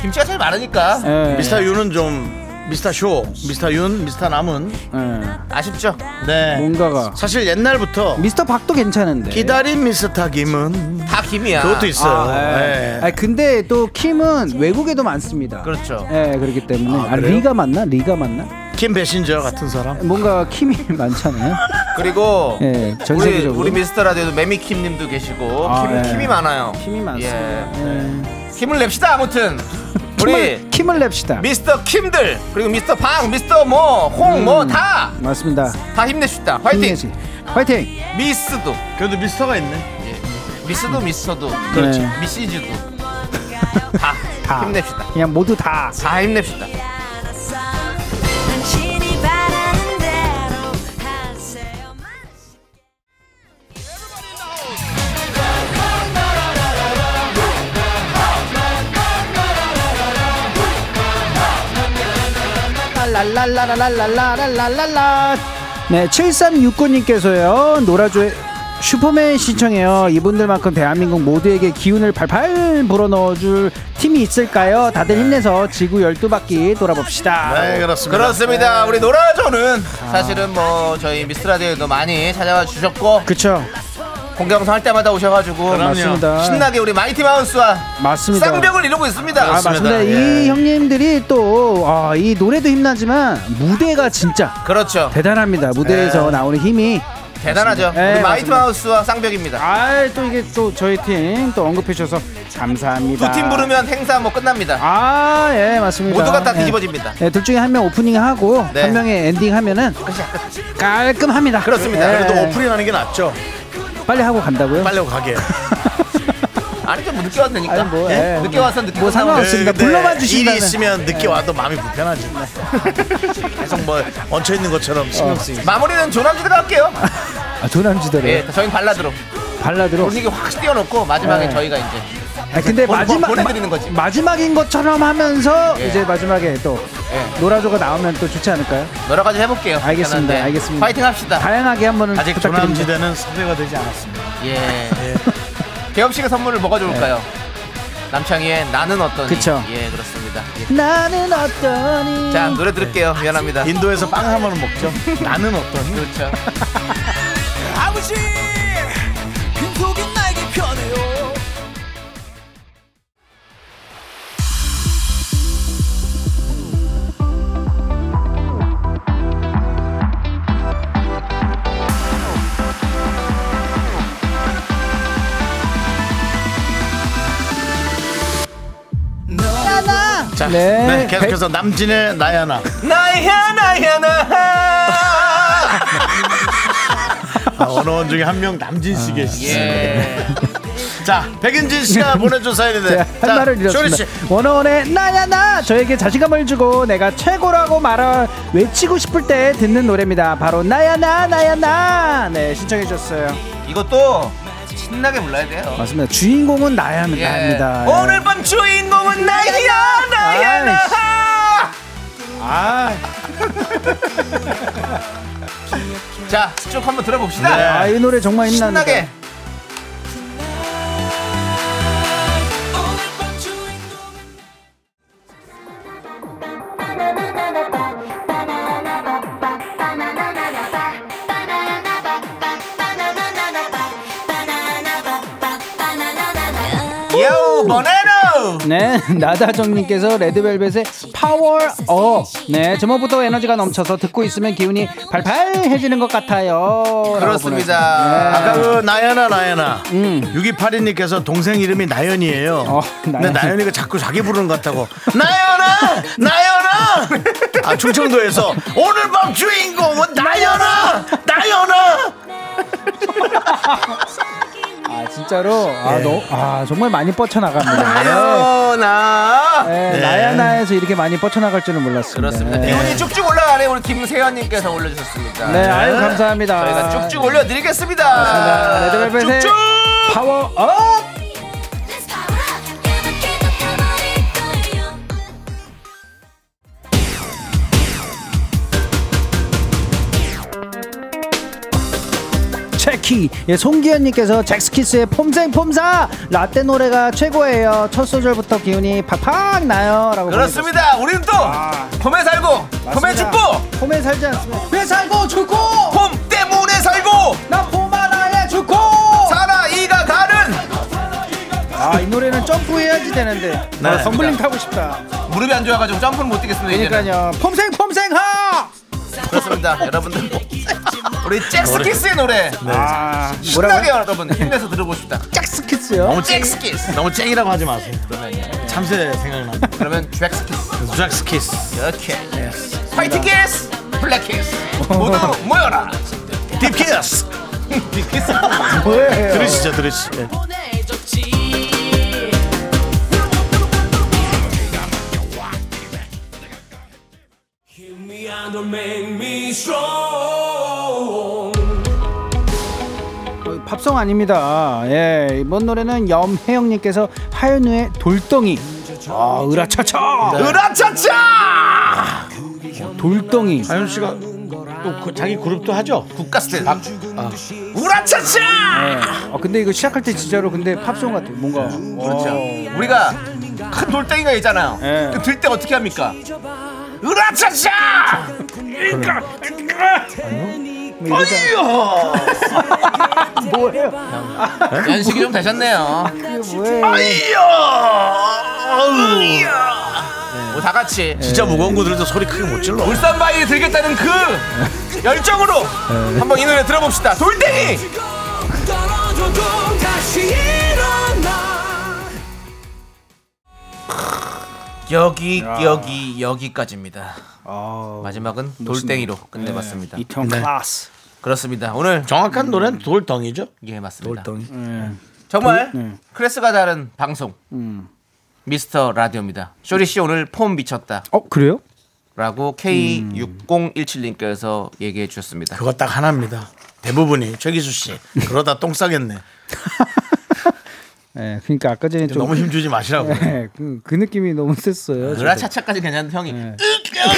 김치가 제일 많으니까
예,
미스터 윤은 좀 미스터 쇼, 미스터 윤, 미스터 남은
예,
아쉽죠.
네
뭔가가.
사실 옛날부터
미스터 박도 괜찮은데.
기다린 미스터 김은
다 김이야.
그것도 있어요.
아,
네.
예. 아, 근데 또 킴은 외국에도 많습니다.
그렇죠.
예, 그렇기 때문에. 아,
그래요?
리가 맞나? 리가 맞나?
김 배신저 같은 사람.
뭔가 킴이 많잖아요.
그리고
예, 전
우리
세계적으로.
우리 미스터 라디오도 매미킴님도 계시고
아,
킴,
예.
킴이 많아요.
킴이 많습니다.
예.
예.
킴을 냅시다 아무튼 우리
킴을, 킴을 냅시다.
미스터 킴들 그리고 미스터 방 미스터 뭐 홍 뭐
음.
다 다
맞습니다.
힘내십시다. 화이팅.
힘내시. 화이팅!
미스도
그래도 미스터가 있네.
예. 미스도 미스터도
그렇죠.
미시즈도 다,
다.
아, 힘냅시다.
그냥 모두 다.
다 힘냅시다.
당신이 바라는 대로 하세요.
네, 7369님께서요. 노라조의 슈퍼맨 신청해요. 이분들만큼 대한민국 모두에게 기운을 팔팔 불어넣어 줄 팀이 있을까요? 다들 힘내서 지구 12바퀴 돌아봅시다.
네 그렇습니다.
그렇습니다. 우리 노라조는 사실은 뭐 저희 미스터 라디오에도 많이 찾아와 주셨고
그쵸
공개방송 할 때마다 오셔가지고
맞습니다.
신나게 우리 마이티 마우스와
맞습니다.
쌍벽을 이루고 있습니다.
아, 맞습니다.
예.
이 형님들이 또, 아, 이 노래도 힘나지만 무대가 진짜
그렇죠.
대단합니다. 무대에서 나오는 힘이.
대단하죠.
예,
우리 마이티
맞습니다.
마우스와 쌍벽입니다.
아, 또 이게 또 저희 팀 또 언급해 주셔서 감사합니다.
두 팀 부르면 행사 뭐 끝납니다.
아, 예, 맞습니다.
모두가 다
예.
뒤집어집니다.
네, 둘 중에 한 명 오프닝 하고
네.
한 명의 엔딩 하면은 깔끔합니다.
그렇습니다.
예.
그래도 오프닝 하는 게 낫죠.
빨리 하고
네.
간다고요?
빨리 가게.
아니 좀 늦게 왔으니까.
아니, 뭐, 예.
늦게 와서 늦게 끝나고
뭐 상관없습니다.
근데
불러만 주신다면.
네, 일이 있으면 늦게 와도 마음이 불편하지.
네.
계속 뭐 얹혀 있는 것처럼
어,
어,
신경 쓰이고.
마무리는 조남지대가 할게요.
아, 조남지대로
예, 저희 발라드로
발라드로.
분위기 확 띄워놓고 마지막에
예.
저희가 이제
아, 근데
보내-
마지막
보내드리는 거지.
마, 지막인 것처럼 하면서
예.
이제 마지막에 또
예.
노라조가 나오면 또 좋지 않을까요?
여러 가지 해볼게요.
알겠습니다.
괜찮은데.
알겠습니다.
파이팅 합시다.
다양하게 한번
아직
부탁드립니다.
조남지대는 섭외가 되지 않았습니다.
예.
네.
개업식의 선물을 뭐가 좋을까요? 남창희의 나는 어떠니?
그쵸.
예, 그렇습니다. 예.
나는 어떠니?
자 노래 들을게요.
네.
미안합니다.
인도에서 빵 하면 먹죠. 나는 어떤?
그렇죠.
아버지 빈속이 나에게 편해요
자,
네.
네. 계속해서 남진의 나야나.
나야 나야 나.
아, 언어원 중에 한 명 남진
아,
씨
네.
계시죠.
예.
자, 백은진 씨가 보내준 사연인데.
네, 한 말을
쇼리
잃었습니다.
씨.
원어원의 나야 나 저에게 자신감을 주고 내가 최고라고 말을 외치고 싶을 때 듣는 노래입니다. 바로 나야 나 나야 나. 네 신청해 주셨어요.
이것도 신나게 불러야 돼요.
맞습니다. 주인공은 나야
예.
나입니다. 예.
오늘 밤 주인공은 나야 나야 나.
아,
자쭉 한번 들어봅시다.
아, 이 노래 정말 힘납니다.
네. 신나게 요우 버네로
네, 나다정님께서 레드벨벳의 파워업. 네, 저번부터 에너지가 넘쳐서 듣고 있으면 기운이 팔팔해지는 것 같아요. 라고 예.
그렇습니다
아까 그 나연아 나연아 6282님께서 동생 이름이 나연이에요
어,
근데
나연.
나연이가 자꾸 자기 부르는 것 같다고 나연아 나연아 아 충청도에서 오늘 밤 주인공은 나연아 나연아
아 진짜로
예.
아, 너, 아 정말 많이 뻗쳐나갑니다.
나연아.
네, 나야나에서 이렇게 많이 뻗쳐나갈 줄은 몰랐습니다.
그렇습니다.
네.
기운이 쭉쭉 올라가네 우리 김세현님께서 올려주셨습니다.
네, 아유 감사합니다.
저희가 쭉쭉
아,
올려드리겠습니다.
레드벨벳의
쭉쭉.
파워 업. 체키 예, 송기현님께서 잭스키스의 폼생 폼사 라떼 노래가 최고예요 첫 소절부터 기운이 팍팍 나요라고
그렇습니다. 우리는 또
아.
폼에 살고 폼에 죽고
폼에 살지 않습니다 왜 살고 죽고
폼 때문에 살고
나폼 하나에 죽고
살아 이가 가는
아 이 노래는 점프해야지 되는데
네.
아, 덤블링 타고 싶다
무릎이 안 좋아가지고 점프를 못 뛰겠습니다. 이제는.
그러니까요 폼생 폼생하
그렇습니다. 여러분들 뭐. 우리 잭스키스의 노래
아
네. 신나게 어? 여러분 힘내서 들어보고 싶다.
잭스키스요
잭스키스.
너무 쨍이라고 하지 마세요. 참새 생각나.
그러면 잭스키스.
드락스키스.
이렇게 화이트 키스, 블랙 키스 모두 모여라.
딥키스.
딥키스.
뭐예요
들으시죠, 들으시죠. 예.
어, 팝송 아닙니다. 예, 이번 노래는 염혜영님께서 하현우의 돌덩이. 아, 으라차차!
으라차차.
돌덩이. 네.
하윤 씨가 또 그 자기 그룹도 하죠. 아.
국가스텔. 우라차차.
아, 근데 이거 시작할 때 진짜로 근데 팝송 같아요. 뭔가. 어,
그렇죠. 우리가 큰 돌덩이가 있잖아요.
예.
그 들 때 어떻게 합니까? 으라차차! 그러니까,
뭐 이러다- 뭐예요?
연식이 좀 되셨네요.
이게 아, 뭐예요?
뭐 다 같이
진짜 무거운 거 들어도 소리 크게 못 질러.
울산 바위 들겠다는 그 네. 열정으로 한번 이 노래 들어봅시다. 돌덩이.
떨어져도 다시 일어나
여기 여기 여기까지입니다.
아,
마지막은 돌덩이로 끝내봤습니다.
이태원 클라스.
그렇습니다. 오늘
정확한 노래는 돌덩이죠.
예 맞습니다. 정말 클래스가 다른 방송 미스터 라디오입니다. 쇼리 씨 오늘 폼 미쳤다.
어, 그래요?
라고 K6017님께서 얘기해 주셨습니다.
그거 딱 하나입니다. 대부분이 최기수 씨 그러다 똥 싸겠네.
예, 그러니까 아까 전에 좀.
너무 힘주지 마시라고.
예, 그, 그 느낌이 너무 셌어요. 저도.
으라차차까지 괜찮은 형이 으,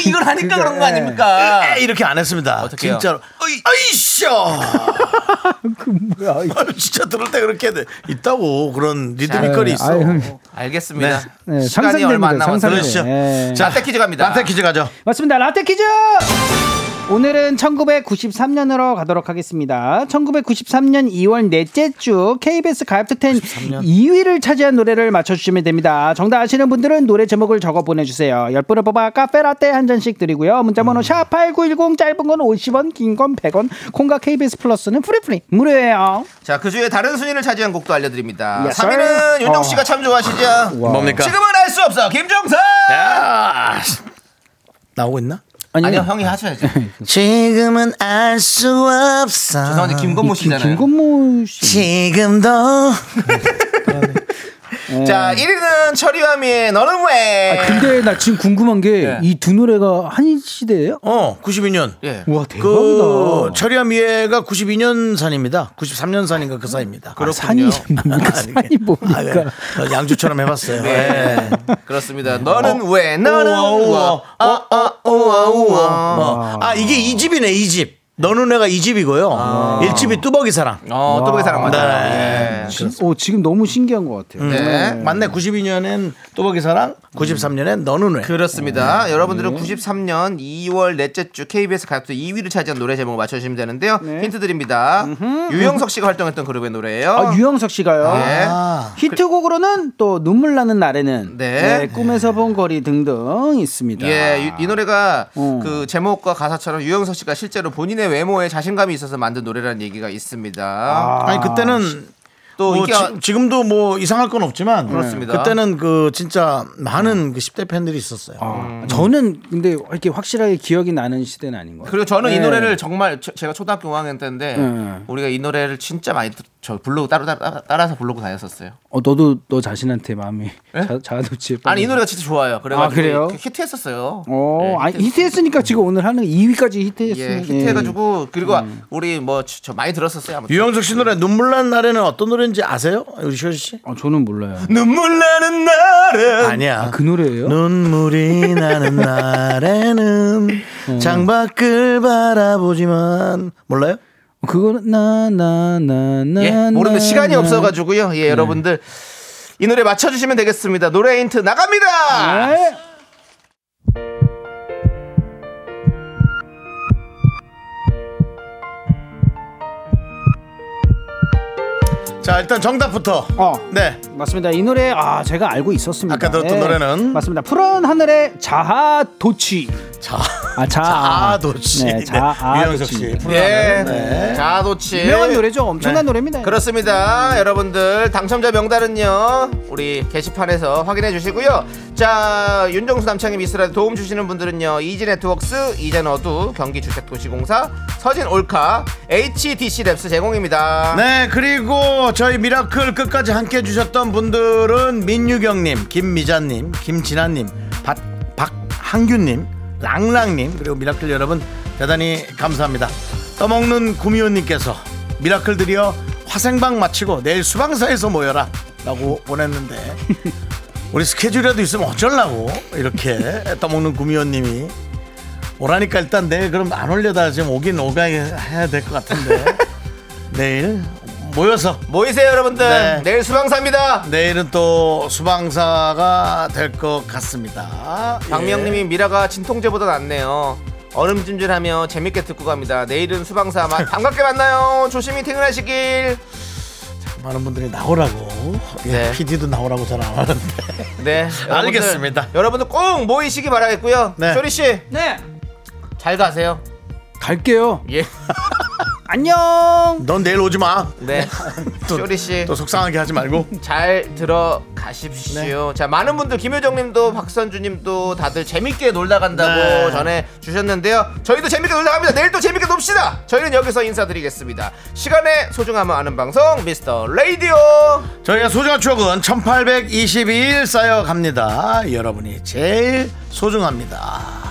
이걸 하니까 그런 거 아닙니까?
네. 에이, 이렇게 안 했습니다.
어떡해요?
진짜로. 어이, 아이쇼.
그 뭐야, 이거.
진짜 들을 때 그렇게 돼. 있다고 그런 리드미컬이
예,
있어.
아유,
알겠습니다.
네,
시간이 얼마 안
상상됩니다,
남았어요. 그렇죠.
상상돼요.
그러시죠.
예.
자, 라떼 퀴즈 갑니다.
나태 그렇죠. 퀴즈 가죠.
맞습니다. 라떼 퀴즈! 오늘은 1993년으로 가도록 하겠습니다. 1993년 2월 넷째 주 KBS 가입투텐 2위를 차지한 노래를 맞춰주시면 됩니다. 정답 아시는 분들은 노래 제목을 적어 보내주세요. 10분을 뽑아 카페라떼 한 잔씩 드리고요. 문자번호 샵8910 짧은 건 50원, 긴 건 100원, 콩과 KBS 플러스는 프리프리 무료예요.
자, 그 주에 다른 순위를 차지한 곡도 알려드립니다.
Yes,
3위는
sir.
윤정
어.
씨가 참 좋아하시죠.
뭡니까?
지금은 알 수 없어. 김종선.
야! 나오고 있나?
아니요, 형이 하셔야죠.
지금은 알 수 없어.
죄송한데 김건모 씨잖아요.
김건모 씨.
지금도
자, 1위는 철이와미의 너는 왜?
아, 근데 나 지금 궁금한 게 이 두 노래가 한 시대예요?
어 92년
예.
와 대박이다.
그 철이와 미애가 92년 산입니다. 93년 산인가 그 사이입니다.
아, 산이 뭡니까? 산이 뭡니까?
아, 네. 어, 양주처럼 해봤어요. 예. 어,
그렇습니다. 너는 왜? 너는
우와, 우와.
우와. 아, 아, 우와, 우와.
어. 아 이게 이 집이네 이 집. 너는 내가 이 집이고요. 일 1집이 뚜벅이 사랑.
어, 또보기 사랑
네.
맞아요. 예.
진- 오, 지금 너무 신기한 것 같아요.
네.
맞네. 92년엔 뚜벅이 사랑, 93년엔 너는 왜.
그렇습니다.
음.
여러분들은 93년 2월 넷째 주 KBS 가요톱 2위를 차지한 노래 제목을 맞춰주시면 되는데요.
네.
힌트 드립니다. 유영석 씨가 활동했던 그룹의 노래예요.
아, 유영석 씨가요.
어. 네.
아.
히트곡으로는 또 눈물 나는 날에는
네.
네, 꿈에서 본 거리 등등 있습니다.
예, 유- 이 노래가
음.
그 제목과 가사처럼 유영석 씨가
아.
실제로 본인의 외모에 자신감이 있어서 만든 노래라는 얘기가 있습니다.
아니 그때는
또
뭐
인기가-
지, 금도뭐 이상할 건 없지만
그렇습니다.
그때는 그 진짜 많은 그 10대 팬들이 있었어요.
아, 저는 근데 이렇게 확실하게 기억이 나는 시대는 아닌 것 같아요.
그리고 저는 이
네.
노래를 정말 저- 제가 초등학교 5학년 때인데
네.
우리가 이 노래를 진짜 많이 들- 저 부르고 따로 따라, 따라서 부르고 다녔었어요.
어, 너도 너 자신한테 마음이 자- 자아도취에
예? 아니 이 노래가 진짜 좋아요.
아, 그래요?
그래가지고 히- 히트했었어요.
어,
예,
아니, 히트했으니까 지금 오늘 하는 2위까지 히트했으니까.
예, 히트해가지고 그리고
음.
우리 뭐 저 많이 들었었어요. 아무튼.
유영석 씨 노래 눈물 난 날에는 어떤 노래인지 아세요? 우리 쇼리 씨?
어, 저는 몰라요.
눈물 나는 날은
아니야.
아, 그 노래예요?
네. 눈물이 나는 날에는 창밖을 바라보지만 몰라요?
그거는 나나나나
예, 모르는데 시간이 없어가지고요.
네.
예, 여러분들 이 노래 맞춰주시면 되겠습니다. 노래 힌트 나갑니다.
네.
자 일단 정답부터.
어.
네.
맞습니다. 이 노래 아 제가 알고 있었습니다.
아까 들었던
예.
노래는?
맞습니다. 푸른 하늘의 자아도취.
자
아 자아.
아도치.
네, 자아.
유영석 씨.
도취입니다.
예,
네.
자 도치.
유명한 노래죠. 엄청난 노래입니다.
네. 그렇습니다. 여러분들 당첨자 명단은요. 우리 게시판에서 확인해 주시고요. 자, 윤정수 남창희 미스라드 도움 주시는 분들은요. 이지 네트웍스, 이젠 어두, 경기주택도시공사, 서진 올카, HDC 랩스 제공입니다.
네 그리고 저희 미라클 끝까지 함께 해주셨던 분들은 민유경님, 김미자님, 김진아님, 박, 박항규님, 랑랑님 그리고 미라클 여러분 대단히 감사합니다. 떠먹는 구미호님께서 미라클들이여 화생방 마치고 내일 수방사에서 모여라 라고 보냈는데 우리 스케줄이라도 있으면 어쩌려고 이렇게 떠먹는 구미호님이 오라니까 일단 내일 그럼 안 올려다 지금 오긴 오가 해야 될 것 같은데 내일 모여서
모이세요, 여러분들.
네.
내일 수방사입니다.
내일은 또 수방사가 될 것 같습니다. 예.
박미영님이 미라가 진통제보다 낫네요. 얼음찜질하며 재밌게 듣고 갑니다. 내일은 수방사 마- 반갑게 만나요. 조심히 퇴근하시길.
예, 많은 분들이 나오라고 예,
네.
PD도 나오라고 잘 안 하는데
네, 여러분들,
알겠습니다.
여러분들 꼭 모이시기 바라겠고요.
네.
쇼리 씨,
네.
잘 가세요.
갈게요.
예.
안녕.
넌 내일 오지 마.
네.
또,
쇼리 씨.
또 속상하게 하지 말고
잘
네.
들어가십시오. 자, 많은 분들 김효정님도 박선주님도 다들 재밌게 놀다 간다고
네.
전해 주셨는데요. 저희도 재밌게 놀다 갑니다. 내일 또 재밌게 놉시다. 저희는 여기서 인사드리겠습니다. 시간의 소중함을 아는 방송 미스터 레이디오.
저희의 소중한 추억은 1822일 쌓여갑니다. 여러분이 제일 소중합니다.